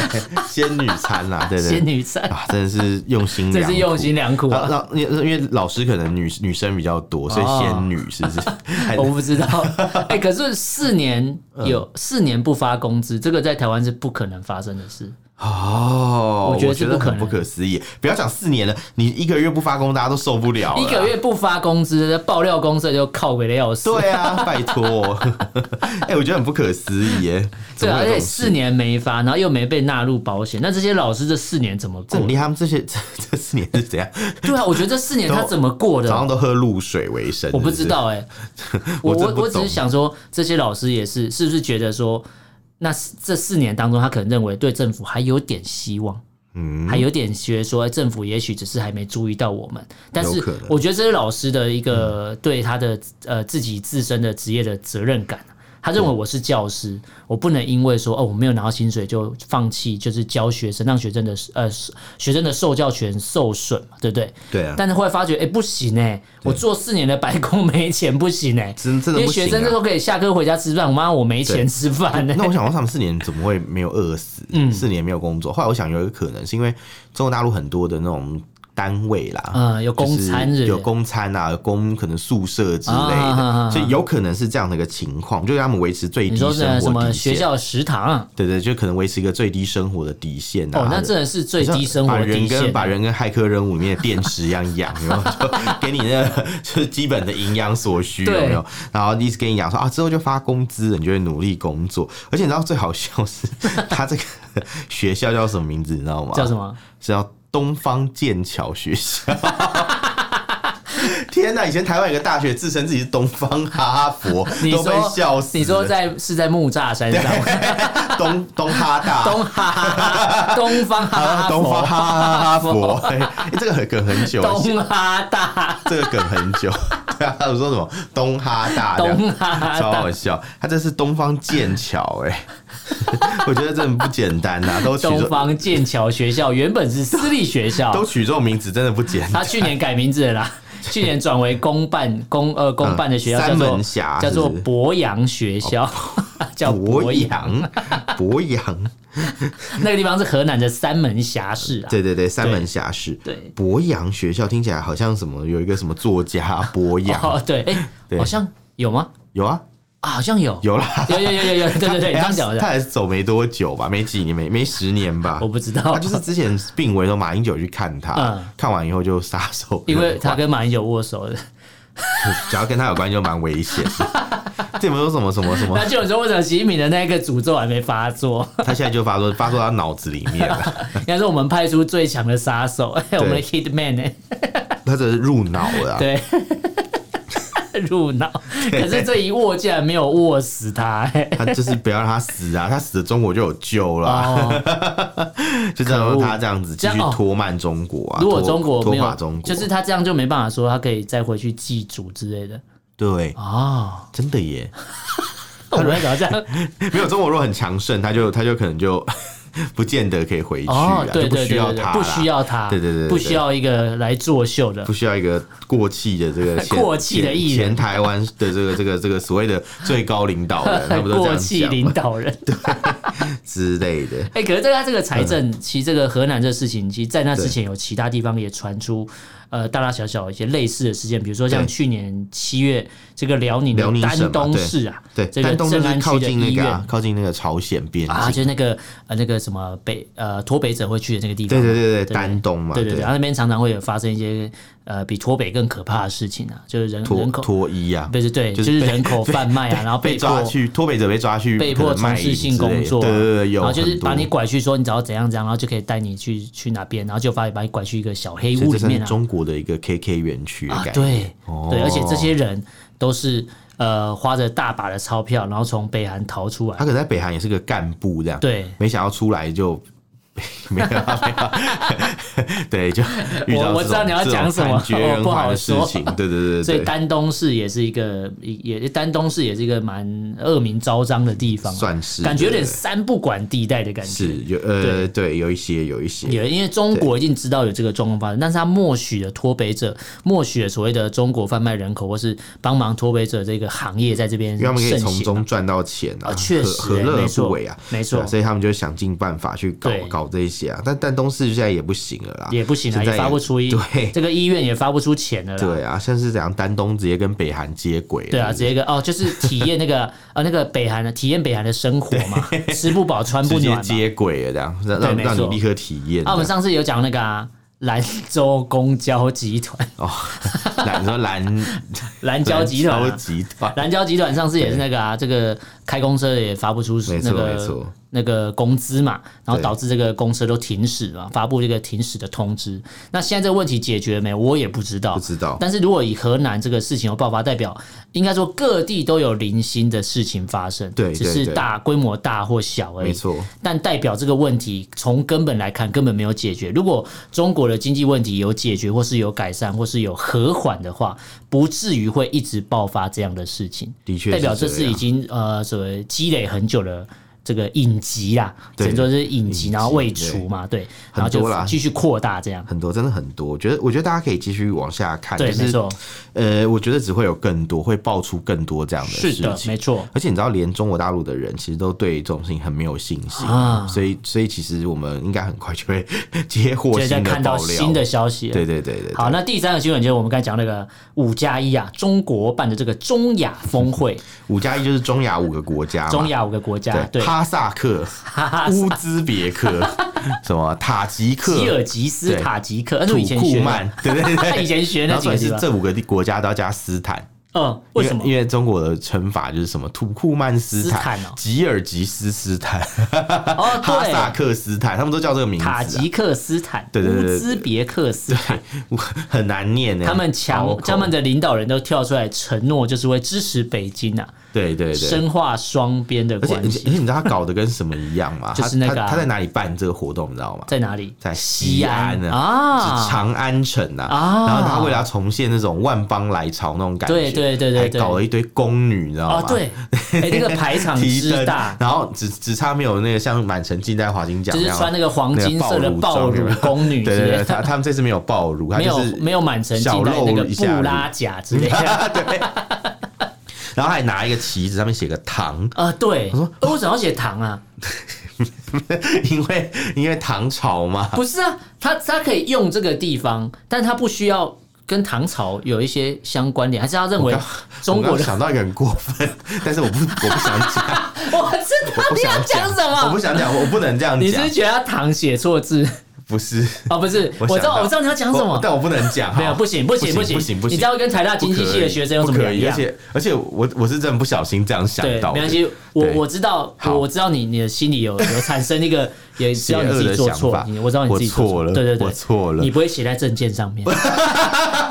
A: 仙女餐啦，对对
B: 仙女菜，
A: 啊，真的是用心
B: 这
A: 良苦，
B: 是用心良苦
A: 然后
B: 啊！
A: 然后因为因为老师可能女女生比较多，所以
B: 哦
A: 仙女是不 是？嗯还
B: 我不 知道，哎、可是四年有四年不发工资，这个在台湾是不可能发生的事。
A: 哦，
B: 我觉得是不可
A: 很
B: 能
A: 不可思议。不要讲四年了，你一个月不发工，大家都受不了了
B: 一个。月不发工资，爆料公社就靠北的要死。
A: 对 啊，拜托， 哎、我觉得很不可思议耶。
B: 对
A: 怎么
B: 啊，而
A: 会有这
B: 且
A: 种
B: 四年没发，然后又没被纳入保险，那这些老师这四年怎么
A: 这
B: 过
A: 很？厉害，他们这些 这这四年是怎样？
B: 对啊，我觉得这四年他怎么过
A: 早上
B: 的？
A: 都喝露水为生，
B: 啊我不
A: 是是
B: 知。道哎、 我
A: 我真
B: 我
A: 不
B: 我只
A: 懂
B: 是想说，这些老师也是是不是觉得说，那四这四年当中，他可能认为对政府还有点希望。
A: 嗯
B: 还有点觉得说哎政府也许只是还没注意到我们，但
A: 有
B: 是
A: 可能嗯
B: 我觉得这是老师的一个对他的呃自己自身的职业的责任感。啊他认为我是教师，我不能因为说哦我没有拿到薪水就放弃，就是教学生，让学生的呃学生的受教权受损嘛，对不对？
A: 对啊，
B: 但是后来发觉，哎、不行哎、我做四年的白工没钱不行哎、
A: 真真的
B: 因
A: 不
B: 为
A: 行、啊。
B: 学生这时候可以下课回家吃饭，妈我没钱吃饭呢、
A: 那我想说，他们四年怎么会没有饿死？
B: 嗯
A: 四年没有工作。后来我想有一个可能，是因为中国大陆很多的那种单位啦，
B: 嗯有公餐
A: 就是
B: 日
A: 有公餐啊，有公可能宿舍之类的，
B: 啊啊啊啊
A: 所以有可能是这样的一个情况，就让他们维持最低
B: 你
A: 生
B: 说是什
A: 活
B: 么
A: 底
B: 学
A: 线。
B: 校食堂、啊？
A: 对对，就可能维持一个最低生活的底线啊。
B: 哦，那真的是最低生
A: 把
B: 活
A: 人
B: 底线
A: 跟
B: 欸。
A: 把人跟骇客任务里面的电池一样养， 然后就给你那个 就是基本的营养所需，有
B: 对
A: 没有？然后一直跟你讲说啊，之后就发工资了，你就会努力工作。而且你知道最好笑是， 他这个学校叫什么名字？你知道吗？
B: 叫什？么？
A: 是叫东方剑桥学校。 天呐！以前台湾有个大学自称自己是东方哈佛，
B: 你
A: 都被
B: 说
A: 笑死了。
B: 你说在是在木栅山上，
A: 东东哈大
B: 东哈哈哈东方哈哈哈
A: 东方哈
B: 佛
A: 哈哈佛， 哎、这个梗很久，
B: 东哈大
A: 这个梗很久。对啊，我说什么东哈大这样，
B: 东哈
A: 超
B: 大
A: 好笑。他这是东方剑桥哎， 我觉得真的不简单呐、都取这
B: 东方剑桥学校原本是私立学校，
A: 都取这种名字真的不简单
B: 他。去年改名字 了啦，去年转为公办公呃公办的学校，
A: 嗯
B: 叫
A: 三
B: 做
A: 门峡
B: 叫
A: 是
B: 做
A: 不是
B: 博洋学校， 叫
A: 博
B: 博洋。
A: 洋，博洋，
B: 那个地方是河南的三门峡市啊。
A: 对对对，三门峡市，
B: 对
A: 博洋学校听起来好像什么有一个什么作 家博洋，
B: 哦对，
A: 对
B: 哎，好像有吗？
A: 有啊，
B: 啊，好像有，
A: 有啦，哎
B: 有有有有有，对对对，你这样讲
A: 他
B: 的，
A: 才走没多久吧，没几年，没没十年吧，
B: 我不知道
A: 他，就是之前病危的时候，马英九去看他，
B: 嗯
A: 看完以后就撒手，
B: 因为他跟马英九握手的。
A: 只要跟他有关就蛮危险的。 这有没有什么什么什么
B: 那？就有说为什么习近平的那个诅咒还没发作？
A: 他现在就发作，发作到脑子里面了，
B: 应该是我们派出最强的杀手，我们的 hit man 哎，
A: 他这是入脑了、啊。
B: 对。 入 脑，可是这一握竟然没有握死他、哎
A: 他就是不要让他死啊！他死了，中国就有救了啊、
B: 哦，
A: 就让他这样子继续
B: 这样哦
A: 拖慢中国啊！
B: 如果
A: 拖
B: 中国
A: 拖
B: 没
A: 垮
B: 有，
A: 中国，
B: 就是他这样就没办法说他可以再回去祭祖之类的
A: 对，
B: 哦。
A: 真的耶！
B: 我们搞这样
A: 没有中国如果很强盛，他就他就可能就 不见得可以回去啊，
B: 哦，对
A: 就不
B: 对
A: 需
B: 对
A: 要
B: 对
A: 他
B: 对，
A: 啦，
B: 不需要他，
A: 对对对对
B: 不需要一个来作秀的
A: 不，需要一个过气的这个前
B: 过气的艺
A: 前
B: 人
A: 前台湾的这个这个这个所谓的最高领导 人，他不都这
B: 过
A: 样
B: 气领
A: 讲
B: 导人。
A: 之类的。
B: 哎、可是在他这个财政，
A: 嗯
B: 其实这个河南这个事情，其实在那之前有其他地方也传出，呃，大大小小一些类似的事件，比如说像
A: 对
B: 去年七月，这个辽宁
A: 辽
B: 的
A: 宁省嘛
B: 丹东市啊，
A: 对，
B: 这个
A: 丹东就
B: 正
A: 是
B: 安
A: 靠
B: 区的
A: 近那
B: 医
A: 个
B: 院
A: 啊、靠近那个朝鲜边境。
B: 啊，就是那个呃那个什么北呃脱北者会去的那个地方
A: 对
B: 嘛，
A: 啊对对对，丹东嘛，
B: 对啊对对，然后那边常常会有发生一些呃比脱北更可怕的事情啊，就是人
A: 脱
B: 人口，
A: 脱衣啊，
B: 对对对，
A: 就
B: 就是是
A: 被
B: 人口贩卖啊，然后
A: 被抓
B: 迫
A: 去脱北者被抓去
B: 被迫
A: 可能卖
B: 从事
A: 淫
B: 性
A: 之类
B: 工
A: 的
B: 作啊、
A: 对对对，有
B: 然后就是
A: 很多
B: 把你拐去，说你只要怎样怎样，然后就可以带你去去哪边，然后就把你把你拐去一个小黑
A: 所以这
B: 屋里
A: 算是
B: 面啊，
A: 中国的一个 KK 园区的
B: 啊
A: 感觉，
B: 对、
A: 哦
B: 对，而且这些人都是呃花着大把的钞票，然后从北韩逃出来
A: 他，可能在北韩也是个干部这样，
B: 对
A: 没想到出来就 没有 啊没有啊，对，就遇到
B: 我我
A: 这
B: 知道
A: 种
B: 你要
A: 这种
B: 讲什么
A: 惨绝
B: 我
A: 人
B: 不
A: 寰
B: 好
A: 的事
B: 说
A: 情，对对对对，
B: 所以
A: 对
B: 丹东市也是一个也也丹东市也是一个蛮恶名昭彰的地方啊，
A: 算是
B: 感觉有点
A: 对
B: 三不管地带的感觉。
A: 是有呃对有一些有一些，
B: 也因为中国已经知道有这个状况发生，但是他默许了脱北者，默许了所谓的中国贩卖人口或是帮忙脱北者这个行业在这边
A: 因为他
B: 盛
A: 们可以
B: 行。
A: 从中赚到钱啊，
B: 啊确实
A: 何何
B: 欸
A: 乐
B: 没
A: 而
B: 错
A: 不为啊？
B: 没
A: 对
B: 错
A: 啊，所以他们就想尽办法去搞
B: 对
A: 搞这些啊。但但东市现在也不行了啦，
B: 也不行啊，
A: 现在
B: 也发不出一
A: 对
B: 这个医院也发不出钱了啦。
A: 对啊，像是怎样丹东直接跟北韩接轨了，
B: 对啊，
A: 是
B: 直接一个哦，就是体验那个 呃那个北韩的体验北韩的生活嘛，吃不饱穿
A: 不
B: 不
A: 是直接
B: 暖嘛。啊
A: 接轨了，这样让
B: 对
A: 让
B: 没
A: 让你
B: 错
A: 立刻体验这
B: 啊，
A: 样。
B: 我们上次有讲那个啊，兰州公交 集团，
A: 哦，蓝你说蓝
B: 兰交集团
A: 蓝
B: 啊、
A: 交集团，
B: 蓝交集团上次也是那个啊，这个开公车的也发不出
A: 没错
B: 那
A: 没错
B: 个那个工资嘛，然后
A: 对
B: 导致这个公车都停驶嘛，发布这个停驶的通知。那现在这个问题解决了没？我也不知道，
A: 不知道
B: 但是如果以河南这个事情有爆发，代表应该说各地都有零星的事情发生，
A: 对
B: 只
A: 对
B: 是
A: 对
B: 大规模大或小而已。
A: 没错，
B: 但代表这个问题从根本来看根本没有解决。如果中国的经济问题有解决，或是有改善，或是有和缓的话，不至于会一直爆发这样的事情。
A: 的确
B: 代表
A: 是
B: 这
A: 这
B: 是
A: 样
B: 已经呃所谓积累很久的这个隐疾啦，只
A: 对
B: 能说是隐疾，
A: 隐
B: 然后
A: 疾
B: 未
A: 对
B: 除嘛，对，
A: 很
B: 然后就
A: 多啦
B: 继续扩大这样。
A: 很多真的很多，我觉得我觉得大家可以继续往下看，
B: 对，
A: 就
B: 没
A: 是
B: 错，
A: 呃，我觉得只会有更多，会爆出更多这样的事
B: 是的，
A: 情。
B: 没错。
A: 而且你知道，连中国大陆的人其实都对这种事情很没有信心，
B: 啊
A: 所以所以其实我们应该很快就会 接获
B: 现在
A: 新的
B: 看到
A: 爆料。
B: 新的消息了，
A: 对对对对对，
B: 好，那第三个新闻就是我们刚才讲那个五加一啊，中国办的这个中亚峰会，
A: 五加一就是中亚五个国家嘛，
B: 中亚五个国家，对，
A: 哈萨克、乌兹别 克、什么塔吉克、
B: 吉尔吉斯、
A: 对
B: 塔吉克，那是
A: 土
B: 我以前学
A: 库
B: 的
A: 曼，，对对 对，
B: 以前学 那
A: 然后所
B: 几个
A: 以
B: 地
A: 是
B: 方。
A: 这五个地国家都要加斯坦。
B: 嗯，为什
A: 因
B: 么？
A: 因为中国的惩罚就是什么土库曼斯坦、
B: 斯坦哦
A: 吉尔吉斯斯坦、
B: 哦，
A: 哈萨
B: 对，
A: 克斯坦，他们都叫这个名字、
B: 塔
A: 啊。
B: 吉克斯坦、
A: 对对对对
B: 乌兹别克斯坦，
A: 我很难念呢。
B: 他们
A: 好
B: 强，
A: 恐
B: 他们的领导人都跳出来承诺，就是会支持北京啊，
A: 对对对。
B: 深化双边的
A: 而且而
B: 关
A: 且
B: 系。
A: 你知道他搞得跟什么一样 吗？
B: 就是那个啊
A: 他他他在哪里办这个活动，你知道吗？
B: 在哪里？
A: 在
B: 西
A: 西安
B: 安
A: 啊是
B: 啊，
A: 长安城呐、
B: 啊
A: 然后他为了要重现那种万邦来朝那种感觉，
B: 对对对对
A: 还
B: 对
A: 搞了一堆宫女，你知道吗？
B: 哦，对，哎，那个排 场
A: 提
B: 之
A: 灯
B: 大，，
A: 然后只只差没有那个像满城尽带华金奖
B: 就
A: 那
B: 是
A: 样，
B: 穿那个黄金色的
A: 那个
B: 暴
A: 暴
B: 乳
A: 乳装
B: 宫女
A: 对
B: 之
A: 对对，
B: 类的，
A: 他他们这次没有暴乳，他
B: 没
A: 就
B: 有
A: 是
B: 没有满城
A: 小
B: 尽带
A: 露
B: 那个
A: 一下
B: 布拉甲之类的。
A: 对，然后还拿一个旗子，上面写个唐，
B: 啊，对，呃我怎么要写糖啊？
A: 因为因为唐朝嘛，
B: 不是啊，他他可以用这个地方，但他不需要跟唐朝有一些相关联，还是他认为
A: 我刚
B: 中
A: 我
B: 国
A: 刚
B: 的？
A: 想到一个很过分， 但是我不我不想 讲，
B: 我知道
A: 我不
B: 你要
A: 想
B: 讲什
A: 我不
B: 么，
A: 想讲，我不能这样
B: 你是
A: 讲
B: 不是，觉得他糖写错字
A: 不是。
B: 哦，不是，
A: 我
B: 我知
A: 想
B: 道
A: 到
B: 我知道你要讲什
A: 我
B: 么，
A: 但我不能讲，
B: 没有
A: 好
B: 不行不行
A: 不
B: 行
A: 不行不
B: 你
A: 行
B: 知，道跟台大经
A: 不
B: 济
A: 可
B: 系的
A: 以
B: 学生有什
A: 不
B: 么
A: 可
B: 两
A: 以？而
B: 样？啊
A: 且而且我我是真的不小心这样想
B: 对，
A: 到的，
B: 没关系，我
A: 对
B: 我知道，
A: 好
B: 我知道你你的心里有有产生那个，也知道你自己做
A: 邪恶的想
B: 错
A: 法，
B: 你我知道你自己做
A: 我错了
B: 对对对，
A: 我错了
B: 你不会写在证件 上面，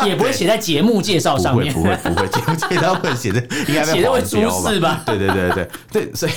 B: 也不会写在节目介绍
A: 不
B: 上
A: 会
B: 面，
A: 不会不会，这这他们写的应该
B: 写
A: 被
B: 得会
A: 黄标
B: 出事吧
A: 吧？对对对对对，所以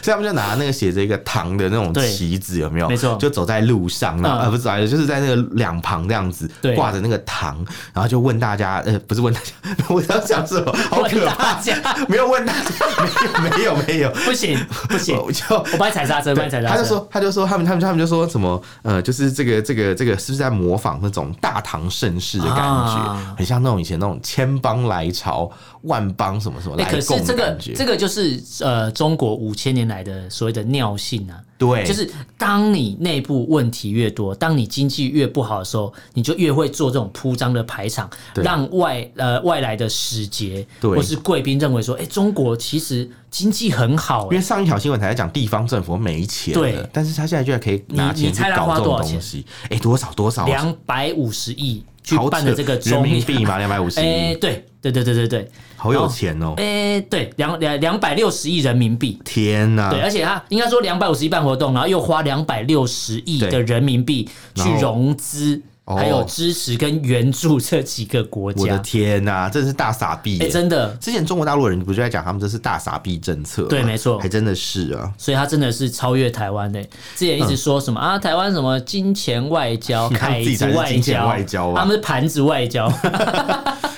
A: 所以他们就拿那个写着一个唐的那种
B: 对
A: 旗子，有没有？
B: 没错
A: 就走在路上，然后
B: 嗯
A: 呃不是走在，就是在那个两旁这样子
B: 对
A: 挂着那个唐，然后就问大家，呃不是问大家，我要讲什么？ 好
B: 问
A: 可
B: 大
A: 怕！
B: 家
A: 没有问大家，没有没有没有，
B: 不行不行，
A: 我就
B: 我帮你踩刹车，
A: 哦
B: 帮
A: 对，
B: 你踩刹车。
A: 他就说，他就说，他们，他们，他们就说什么，呃，就是这个，这个，这个，是不是在模仿那种大唐盛世的感觉？
B: 啊
A: 很像那种以前那种千邦来朝、万邦什么什么
B: 哎、
A: 来
B: 可
A: 共
B: 是这
A: 的
B: 个
A: 感觉。
B: 这个就是呃，中国五千年来的所谓的尿性啊。
A: 对
B: 就是当你内部问题越多，当你经济越不好的时候，你就越会做这种铺张的排场，
A: 对
B: 让外呃外来的使节
A: 对
B: 或是贵宾认为说，哎、中国其实经济很好、
A: 因为
B: 哎，
A: 上一条新闻台在讲地方政府没钱了，
B: 对
A: 但是他现在居然可以拿
B: 你你
A: 钱去
B: 猜他花
A: 搞这
B: 多
A: 种
B: 少
A: 东西，哎、多少多少，
B: 两百五十亿去
A: 好
B: 办的
A: 扯
B: 这个
A: 人
B: 中
A: 民币 嘛，两百五十
B: 哎、
A: 亿，
B: 对对对对对对，
A: 好有钱哦、
B: 哎、对，两两两百六十亿人民币，
A: 天呐、
B: 对，而且他应该说两百五十亿办活动，然后又花两百六十亿的人民币去融资
A: 哦
B: 还有支持跟援 助这几个国
A: 我的
B: 家。
A: 天呐、真是大傻逼、
B: 哎、
A: 耶
B: 真的，
A: 之前中国大陆人不就在讲他们这是大傻逼政策吗？
B: 对没错
A: 还真的是啊。
B: 所以他真的是超越台湾的、之前一直说什么、啊，台湾什么金钱外交、
A: 嗯 他们自
B: 凯
A: 己才
B: 子
A: 是
B: 外
A: 金钱
B: 交、
A: 外交啊吧
B: 他们是盘子外交。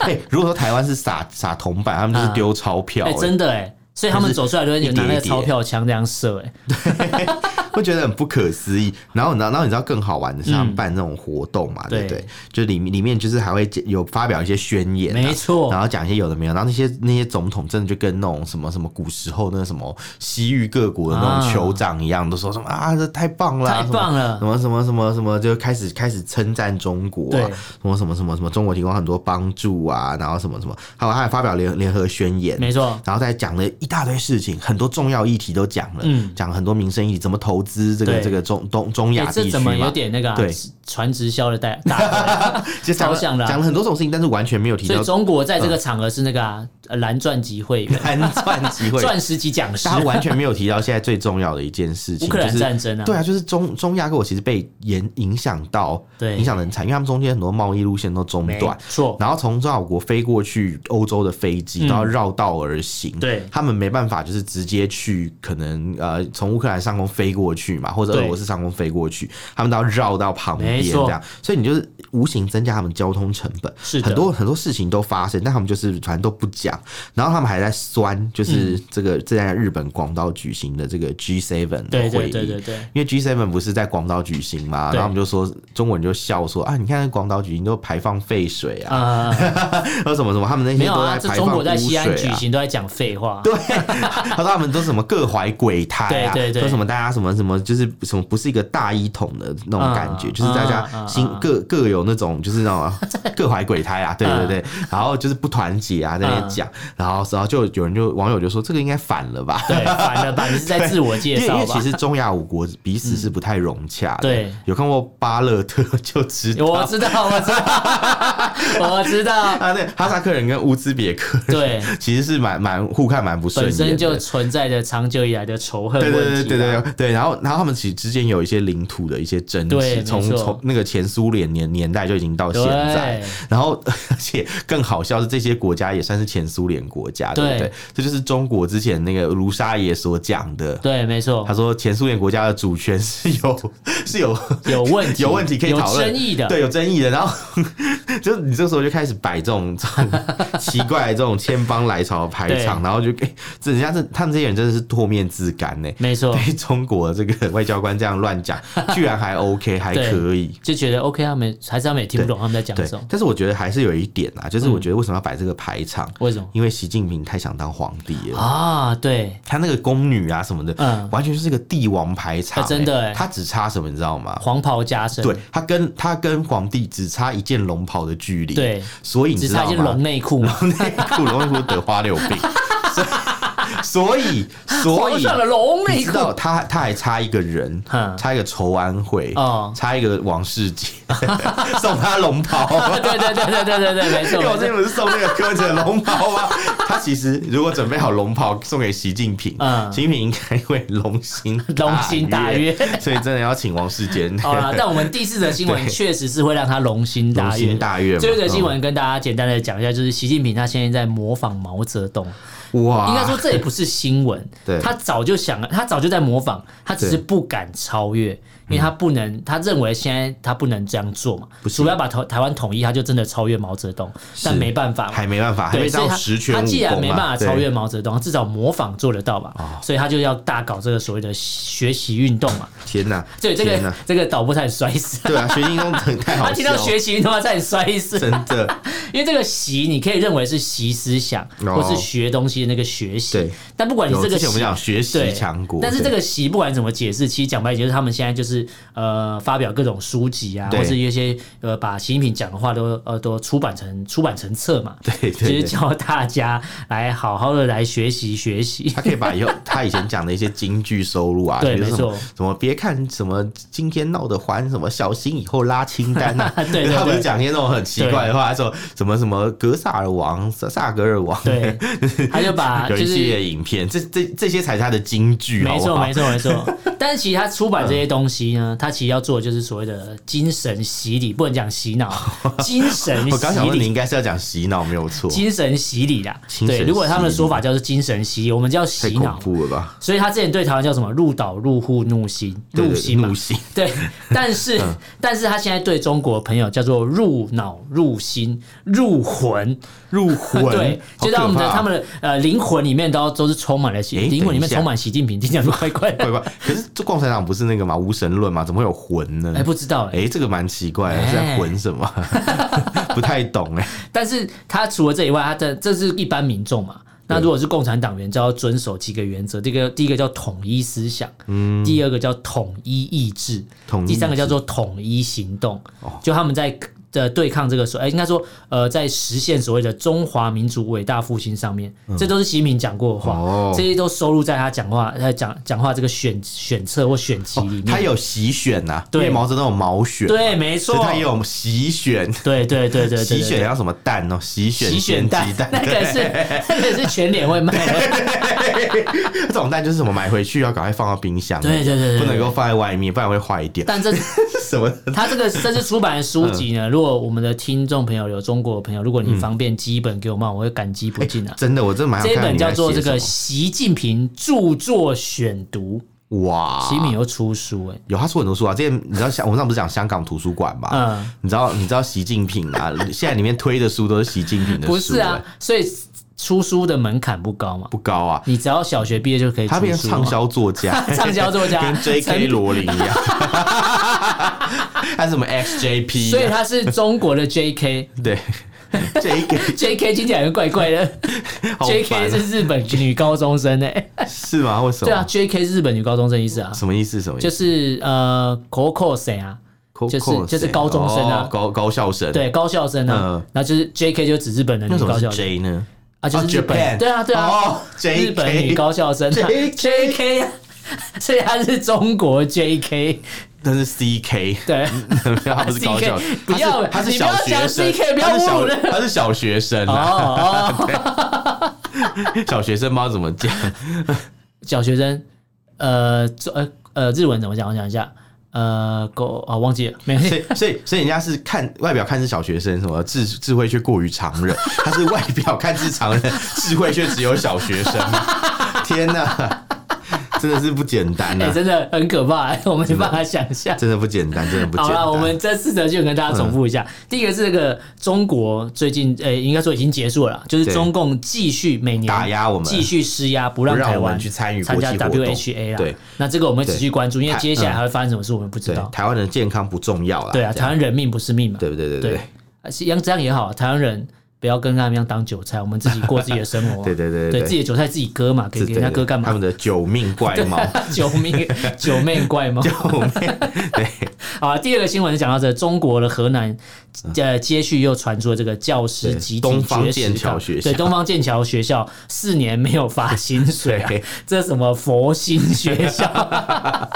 A: 哎、如果说台湾是撒撒铜板，他们就是丢钞票、
B: 哎、
A: 哎
B: 真的哎、所以他们走出来都会有拿
A: 一叠一
B: 那个
A: 叠
B: 钞票枪这样射哎、
A: 会觉得很不可思议。然后，然后，然后你知道更好玩的是，他们办那种活动嘛，对不对
B: 对？
A: 就里面里面就是还会有发表一些宣言、啊，
B: 没错
A: 然后讲一些有的没有，然后那些那些总统真的就跟那种什么什么古时候那个什么西域各国的那种
B: 啊
A: 酋长一样，都说什么啊，这太棒了，
B: 太棒了
A: 什么什么什么什么，就开始开始称赞中国、啊
B: 对，
A: 什么什么什么什么，中国提供很多帮助啊，然后什么什么，还有他还发表联联合宣言，啊
B: 没错，
A: 然后再讲了一大堆事情，很多重要议题都讲了，
B: 嗯
A: 讲了很多民生议题，怎么投资这个
B: 对
A: 这个中东中亚
B: 哎
A: 地
B: 这
A: 区
B: 怎么有
A: 嘛，
B: 点那个、啊
A: 对、
B: 传直销的代大会啊
A: 就讲了
B: 超像的啊
A: 讲了很多这种事情，但是完全没有提
B: 所以
A: 到
B: 中国在这个场合是那个啊呃蓝钻级 会员、
A: 安钻机会，
B: 钻石级讲师
A: 但，他完全没有提到现在最重要的一件事情，
B: 乌克兰
A: 就是
B: 战争啊
A: 对啊，就是中中亚给我其实被影影响到，
B: 对
A: 影响得很惨，因为他们中间很多贸易路线都中
B: 没
A: 断，
B: 错，
A: 然后从中国飞过去欧洲的飞机都要绕道而行，
B: 嗯对
A: 他们没办法就是直接去，可能呃从乌克兰上空飞过去嘛，或者俄
B: 对
A: 罗斯上空飞过去，他们都要绕到旁边
B: 没
A: 这
B: 错
A: 样，所以你就是无形增加他们交通成本，
B: 是的
A: 很多很多事情都发生，但他们就是反正都不讲，然后他们还在酸，就是
B: 嗯
A: 这个正在日本广岛举行的这个 G7 的
B: 对
A: 会
B: 对
A: 议，
B: 对对对。
A: 因为 G7 不是在广岛举行嘛，
B: 对
A: 然后我们就说中国人就笑说啊，你看广岛举行都排放废水啊，
B: 啊、
A: 还有什么什么，他们那
B: 没
A: 些
B: 有
A: 都
B: 啊，
A: 在
B: 这
A: 排
B: 中
A: 放
B: 国
A: 污
B: 在西
A: 水
B: 安举
A: 啊。
B: 行都在讲废话、
A: 对，他说他们都什么各怀鬼胎啊，
B: 对对对
A: 说什么大家什么什么，就是什么不是一个大一统的那种感觉，
B: 嗯
A: 就是大家
B: 嗯
A: 心
B: 嗯
A: 各各有那种就是那 种各怀鬼胎啊，对对对，然后就是不团结啊，在
B: 嗯
A: 那边讲，然后然后就有人就网友就说这个应该反了吧，
B: 对，反了吧？你是在自我介
A: 因为因
B: 绍
A: 为其
B: 吧？嗯
A: 实中亚五国彼此是不太融洽的，
B: 对啊
A: 有看过巴勒特 就知道，
B: 我知道，我知道，我知道，
A: 啊，对，哈萨克人跟乌兹别克人
B: 对，
A: 其实是蛮蛮互看蛮不顺
B: 本
A: 眼的，
B: 身就存在着长久以来的仇恨
A: 对
B: 问题、啊。
A: 对对对对对，对然后然后他们其实之间有一些领土的一些争
B: 对
A: 执，
B: 没
A: 从
B: 错
A: 从那个前苏联年年代就已经到现在
B: 对，
A: 然后而且更好笑是这些国家也算是前苏联国家，对不
B: 对
A: 对？这就是中国之前那个卢沙野所讲的。
B: 对没错
A: 他，说，前苏联国家的主权是 有是有
B: 有问题，
A: 有问题可以
B: 有
A: 讨论
B: 争议的。
A: 对，有争议的。然后 就你这时候就开始摆这种 这种奇怪的这种千方来朝的排场，然后就给、欸这人家这他们这些人真的是唾面自干呢、
B: 没错，
A: 对 中国这 个外交官这样乱讲，居然还 OK，还
B: 对
A: 可以。
B: 就觉得 OK，他们还是他们也听不懂他们在讲嗯
A: 对
B: 什么，，
A: 但是我觉得还是有一点啊，就是我觉得为什么要摆这个排场？
B: 为什么
A: 因为习近平太想当皇帝了。
B: 啊？对，
A: 他那个宫女啊什么的，
B: 嗯
A: 完全就是个帝王排场、欸
B: 哎真的哎
A: 他只差什么你知道吗？
B: 黄袍加身，
A: 对他跟他跟皇帝只差一件龙袍的距离，
B: 对
A: 所以你
B: 只
A: 知
B: 差
A: 道
B: 一件
A: 吗
B: 龙？内裤嘛，
A: 内裤龙内裤得花柳病，所以 所 以所以
B: 的龙
A: 你
B: 内
A: 知
B: 裤，
A: 道他他还差一个人
B: 嗯，
A: 差一个仇安会
B: 哦，
A: 差一个王世杰 送他龙 袍。
B: 对对对对对对对，
A: 因
B: 没
A: 为
B: 错
A: 我
B: 没
A: 之前
B: 错，
A: 不是送那个柯文哲的龙袍吗？他其实如果准备好龙袍送给习近平，
B: 嗯
A: 习近平应该会龙心
B: 龙心大哦悦。
A: 所以真的要请王世 杰。
B: 好了，但我们第四则新闻
A: 对
B: 确实是会让他龙心大
A: 龙
B: 悦
A: 心。大悦嘛。
B: 最后一则新闻跟大家简单的讲一下，就是习近平他现在在模仿毛泽东，
A: 嗯哇，
B: 应该说这也不是新闻
A: 对，
B: 他早就想了，他早就在模仿，他只是不敢超越，因为他不能，他认为现在他不能这样做嘛，除非要把台台湾统一，他就真的超越毛泽东，但没办法嘛。
A: 还没办法，还
B: 对，
A: 没
B: 所以
A: 到
B: 他
A: 十全武功
B: 他
A: 嘛。
B: 既然没办法
A: 对哦
B: 超越毛泽东，至少模仿做得到吧，所以他就要大搞这个所谓的学习运动嘛。
A: 天哪，
B: 对，这
A: 天
B: 个
A: 哪
B: 这个导播差点摔死，
A: 对啊，学金庸真的太好笑
B: 他
A: 了，
B: 听到学习运动他差点摔死，
A: 真的
B: 因为这个习，你可以认为是习思想，
A: 哦
B: 或是学东西的那个学习
A: 对。
B: 但不管 你
A: 有
B: 这个
A: 之前我们
B: 习
A: 讲学习
B: 对
A: 强国
B: 但是
A: 对
B: 这个习不管怎么解释，其实讲白一点，就是他们现在就是呃发表各种书籍啊，
A: 对
B: 或是一些呃把习近平讲的话都呃都出版成出版成册嘛，
A: 对对
B: 就是
A: 对。
B: 教大家来好好的来学习学习
A: 他。可以把以后他以前讲的一些京剧收入啊，
B: 对
A: 比如说什么
B: 没错
A: 什么别看什么今天闹得欢，什么小心以后拉清单啊，
B: 对对对
A: 他不是讲一些那种很奇怪的话，他说什么什么格萨尔王、萨萨格尔王，
B: 对，他就把啊
A: 有
B: 就
A: 一系
B: 是
A: 列影片，这这这些才是他的金句，
B: 没
A: 好
B: 错，
A: 不好
B: 没错，没错。 但是其实他出版这些东西
A: 嗯
B: 呢，他其实要做的就是所谓的精神洗礼，不能讲洗 脑，精神
A: 我刚想
B: 洗
A: 问你，应
B: 礼，
A: 该是要讲洗脑，没有错，
B: 精神洗礼啦。
A: 精神
B: 对，如果他们的
A: 洗礼
B: 说法叫是精神洗礼，我们叫
A: 太
B: 洗
A: 恐
B: 脑。
A: 怖了吧？
B: 所以他之前对台湾叫什么入岛入户怒心
A: 对
B: 入
A: 对
B: 心嘛
A: 入，心，嗯
B: 对，但是、但是他现在对中国朋友叫做入脑、入心、入魂，
A: 入 魂，
B: 对，
A: 啊
B: 就让我们的他们的呃灵魂里面都都是充满了习，
A: 诶
B: 灵魂
A: 等
B: 里面
A: 一下
B: 充满习近平，听起来都怪怪的。
A: 对吧？可是这共产党不是那个嘛无神论嘛，怎么会有魂呢？
B: 哎、不知道哎、
A: 哎、这个蛮奇怪
B: 哎
A: 的，是在混什么？ 不太懂哎、
B: 但是他除了这以外，他的这是一般民众嘛。那如果是共产党员，就要遵守几个原则，这个第一个叫统一思想，第二个叫统一意志，
A: 嗯统一
B: 第三个
A: 意志哦
B: 叫做统一行动。就他们在呃对抗这个所，哎、应该说呃，在实现所谓的中华民族伟大复兴上面，这都是习近平讲过的话，
A: 嗯哦
B: 这些都收录在他讲话他讲讲话这个选选册或选集 里面。
A: 哦他有席选呐、因
B: 对
A: 为毛泽东有毛选，，
B: 对，没错
A: 所以，他也有席选，
B: 对对对对对对
A: 席
B: 对
A: 选要什么蛋哦？席选
B: 洗选
A: 蛋
B: 蛋，
A: 鸡蛋，
B: 那个是那个是全脸会卖的，
A: 这种蛋就是什么买回去要赶快放到冰箱，啊
B: 对对对对对
A: 不能够放在外面，不然会坏掉。
B: 但这
A: 什么？
B: 他这个这次出版的
A: 嗯
B: 书籍呢，如果我们的听众朋友有中国的朋友，如果你方便寄一本给我们，我会感激不尽啊。
A: 真的，我真的蛮哎想
B: 这一
A: 看
B: 本
A: 你在
B: 叫做《
A: 写
B: 这个
A: 什
B: 习近平著作选读
A: 么哇》，，
B: 习近平又出书哎、
A: 有他出很多书啊，之前你知道香，我们上不是讲香港图书馆嘛？
B: 嗯
A: 你知道你知道习近平啊，现在里面推的书都是习近平的书、
B: 不是啊
A: 欸，，
B: 所以出书的门槛不高嘛，
A: 不高啊，
B: 你只要小学毕业就可以出
A: 他变
B: 书啊
A: 成畅
B: 嘛，
A: 销作家
B: 畅销作家
A: 跟 J.K.
B: 陈
A: 罗琳一样，还有什么 XJP，
B: 所以他是中国的 J.K.
A: 啊 对 J.K.
B: J.K. 听起来很怪怪的
A: 好烦
B: ，J.K. 是
A: 啊
B: 日本女高中生哎、
A: 是吗？为什么？
B: 对啊，J.K. 是日本女高中生意思啊，
A: 什么意思？什么意
B: 就
A: 思？
B: 是呃 c o c o 谁啊？就是
A: Coco
B: 就是
A: 谁
B: 高中生
A: 哦
B: 啊
A: 高高校生。，
B: 对，高校生啊
A: 嗯，
B: 然后就是 J.K. 就指日本的女
A: 那什
B: 高
A: 么
B: 校
A: 是
B: 生
A: J 呢？
B: 啊，就
A: 哦
B: 是日本，
A: ，Japan
B: 对啊，对啊
A: 哦，
B: 日本女
A: JK
B: 高校生啊
A: JK
B: J.K. 啊， 所以她是中国 J.K.
A: 那是 C.K.
B: 对，
A: 他不是高校
B: CK，，
A: 他
B: 不
A: 是
B: 要
A: 他是
B: 你不要
A: 小学
B: 讲
A: 生
B: CK，不要
A: 他是
B: 侮辱
A: 小
B: 人
A: 他是小学生
B: 哦
A: 啊，
B: 哦，
A: 小学生不知道怎么讲，
B: 小学生，呃，中呃呃，日文怎么讲？我想一下，呃，狗啊，忘记了，没 关
A: 所
B: 系，
A: 以所以所以人家是看外表看是小学生，什么智智慧却过于常人，他是外表看似常人，智慧却只有小学生。天哪，真的是不简单
B: 哎，
A: 啊！
B: 真的很可怕，我没办法想象。
A: 真的不简单，真的不简
B: 好
A: 单。嗯
B: 了，我们这四则就跟大家重复一下。第一个是这个中国最近，呃、应该说已经结束了啦，就是
A: 对
B: 中共继续每年
A: 打压我们
B: 继续施压，不
A: 不
B: 让
A: 让
B: 台
A: 我们
B: 湾
A: 去参与国
B: 参
A: 际
B: 加
A: 活动。
B: WHA 啦。
A: 对，
B: 那这个我们会持续关注，因为
A: 台
B: 接下来
A: 嗯
B: 还会发生什么事，我们不知
A: 对
B: 道，。
A: 台湾人健康不重要啦。
B: 对啊，
A: 这
B: 台
A: 样
B: 湾人命不是命嘛。
A: 对不对对对
B: 对，而且这样也好，台湾人。不要跟他们一样当韭菜，我们自己过自己的生 活啊、
A: 对对对对对
B: 对，自己的韭菜自己割嘛，给
A: 对，
B: 给人家割干
A: 他
B: 嘛
A: 们？的九命 怪猫，
B: 九命九命怪吗？
A: 救命！对，
B: 啊，第二个新闻讲到这，中国的河南，呃，接续又传出了这个教师
A: 嗯对
B: 集体
A: 东方
B: 绝食
A: 剑桥
B: 的
A: 学校
B: 对，东方剑桥学校四年没有发薪水、啊
A: 对，
B: 这什么佛心学校？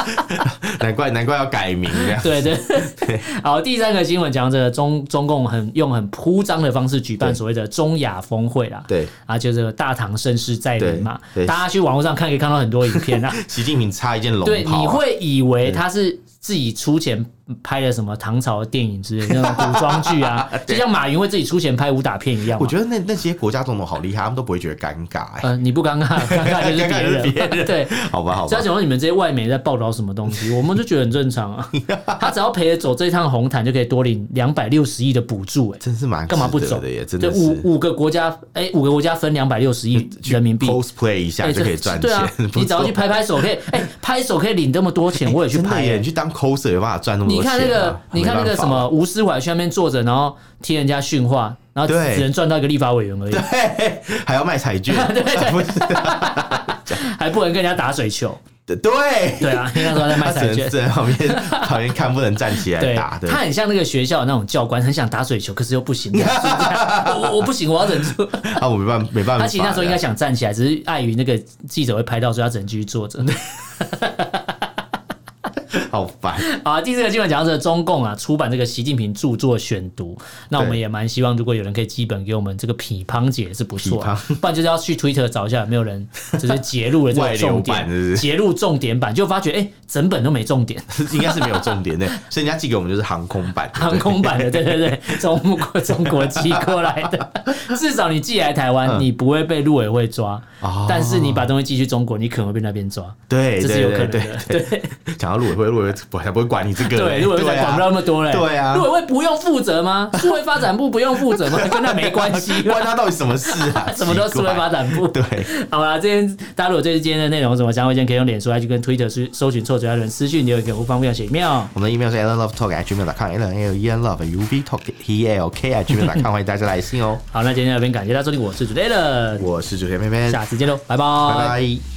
A: 难怪难怪要改名这样。
B: 对对。好，第三个新闻讲到这个中中共很用很铺张的方式举办
A: 对
B: 所谓的中亚峰会啦，
A: 对，
B: 啊，就是大唐盛世在临嘛，
A: 对对
B: 大家去网络上看可以看到很多影片啊，
A: 习近平插一件龙
B: 对，你
A: 袍啊，
B: 会以为他是自己出钱拍的什么唐朝的电影之类的那 种古装剧啊，就像马云会自己出钱拍武打片一样嘛。啊
A: 我觉得那那些国家总统好厉害，他们都不会觉得尴尬、欸。
B: 呃，你不尴尬，尴尬就是别
A: 尴尬
B: 人。
A: 就是别人
B: 对，
A: 好吧，好
B: 只
A: 吧
B: 要，讲说你们这些外媒在报道什么东西，我们就觉得很正 常啊。他只要陪着走这一趟红毯，就可以多领两百六十亿的补助、哎，
A: 真是蛮
B: 干嘛不
A: 值得
B: 走
A: 的耶？真
B: 对，
A: 的
B: 五
A: 是
B: 五个国家，哎、五个国家分两百六十亿
A: 去
B: 人民币。
A: cosplay 一下
B: 哎
A: 就
B: 这
A: 可以赚
B: 对啊
A: 钱，，不
B: 你只要
A: 错
B: 去拍拍手，可以，哎、拍手可以领这么多钱，我也去
A: 真的
B: 拍、
A: 耶，
B: 哎
A: 你去当 coser 有办法赚那么
B: 你
A: 多钱啊、
B: 看那个，你看那
A: 没办
B: 个
A: 法
B: 什么吴思怀去那边坐着，然后听人家训话，然后只
A: 对
B: 只能赚到一个立法委员而已，
A: 对，还要卖 彩券，不是
B: 还不能跟人家打水 球。
A: 对，
B: 对啊，因为那时候在卖
A: 他
B: 彩
A: 只能
B: 券。
A: 在旁 边旁边看，不能站起来
B: 对，
A: 打，对
B: 他。很像那个学校那种教官，很想打水球，可是又不 行，忍住这样我我我不行，我要忍住。
A: 啊，我没办没办法。
B: 他其实那时候应该想站起来，只是碍于那个记者会拍到，所以他只能继续坐着。
A: 这样 好烦。
B: 好，第四个新闻讲到这，中共啊出版这个习近平著作选读，那我们
A: 对
B: 也蛮希望，如果有人可以基本给我们这个匹乓解是不错、啊
A: 匹，
B: 不然就是要去 Twitter 找一下有没有人只是截录了这
A: 外
B: 个
A: 流
B: 重
A: 版是不
B: 点，
A: 是
B: 截录重点版，就发觉哎、整本都没重点，
A: 应该是没有重点的，所以人家寄给我们就是航空版的，
B: 航
A: 对
B: 空版的，对对对，从国中国寄过来的，至少你寄来台湾，你不会被陆委会抓，
A: 嗯哦
B: 但是你把东西寄去中国，你可能会被那边抓，
A: 对
B: 这是有可
A: 对
B: 能
A: 对
B: 的，
A: 对
B: 对。
A: 对，讲到陆委会，陆委会才不会管你这个，
B: 对，陆委会才
A: 啊
B: 管不到那么多嘞。
A: 对啊，
B: 陆委会不用负责吗？数位发展部不用负责吗？跟他没关 系？
A: 关他到底什么事啊
B: 什么都
A: 奇
B: 数
A: 怪
B: 位发展部。
A: 对，
B: 好啦，今天大家如果对今天的内容有什么想法，先可以用脸书、IG 跟 Twitter 去搜寻臭嘴艾伦私讯留言给我，不方便写 email。
A: 我们的 email 是 alanlovetalk@gmail.com a l a n e n love u v talk e l k at gmail.com，欢迎大家来信哦。
B: 好，那今天到这边感谢大家收听，我是主持人 a l
A: 我是主持人偏偏，
B: 下次见喽，
A: 拜
B: 拜
A: 拜。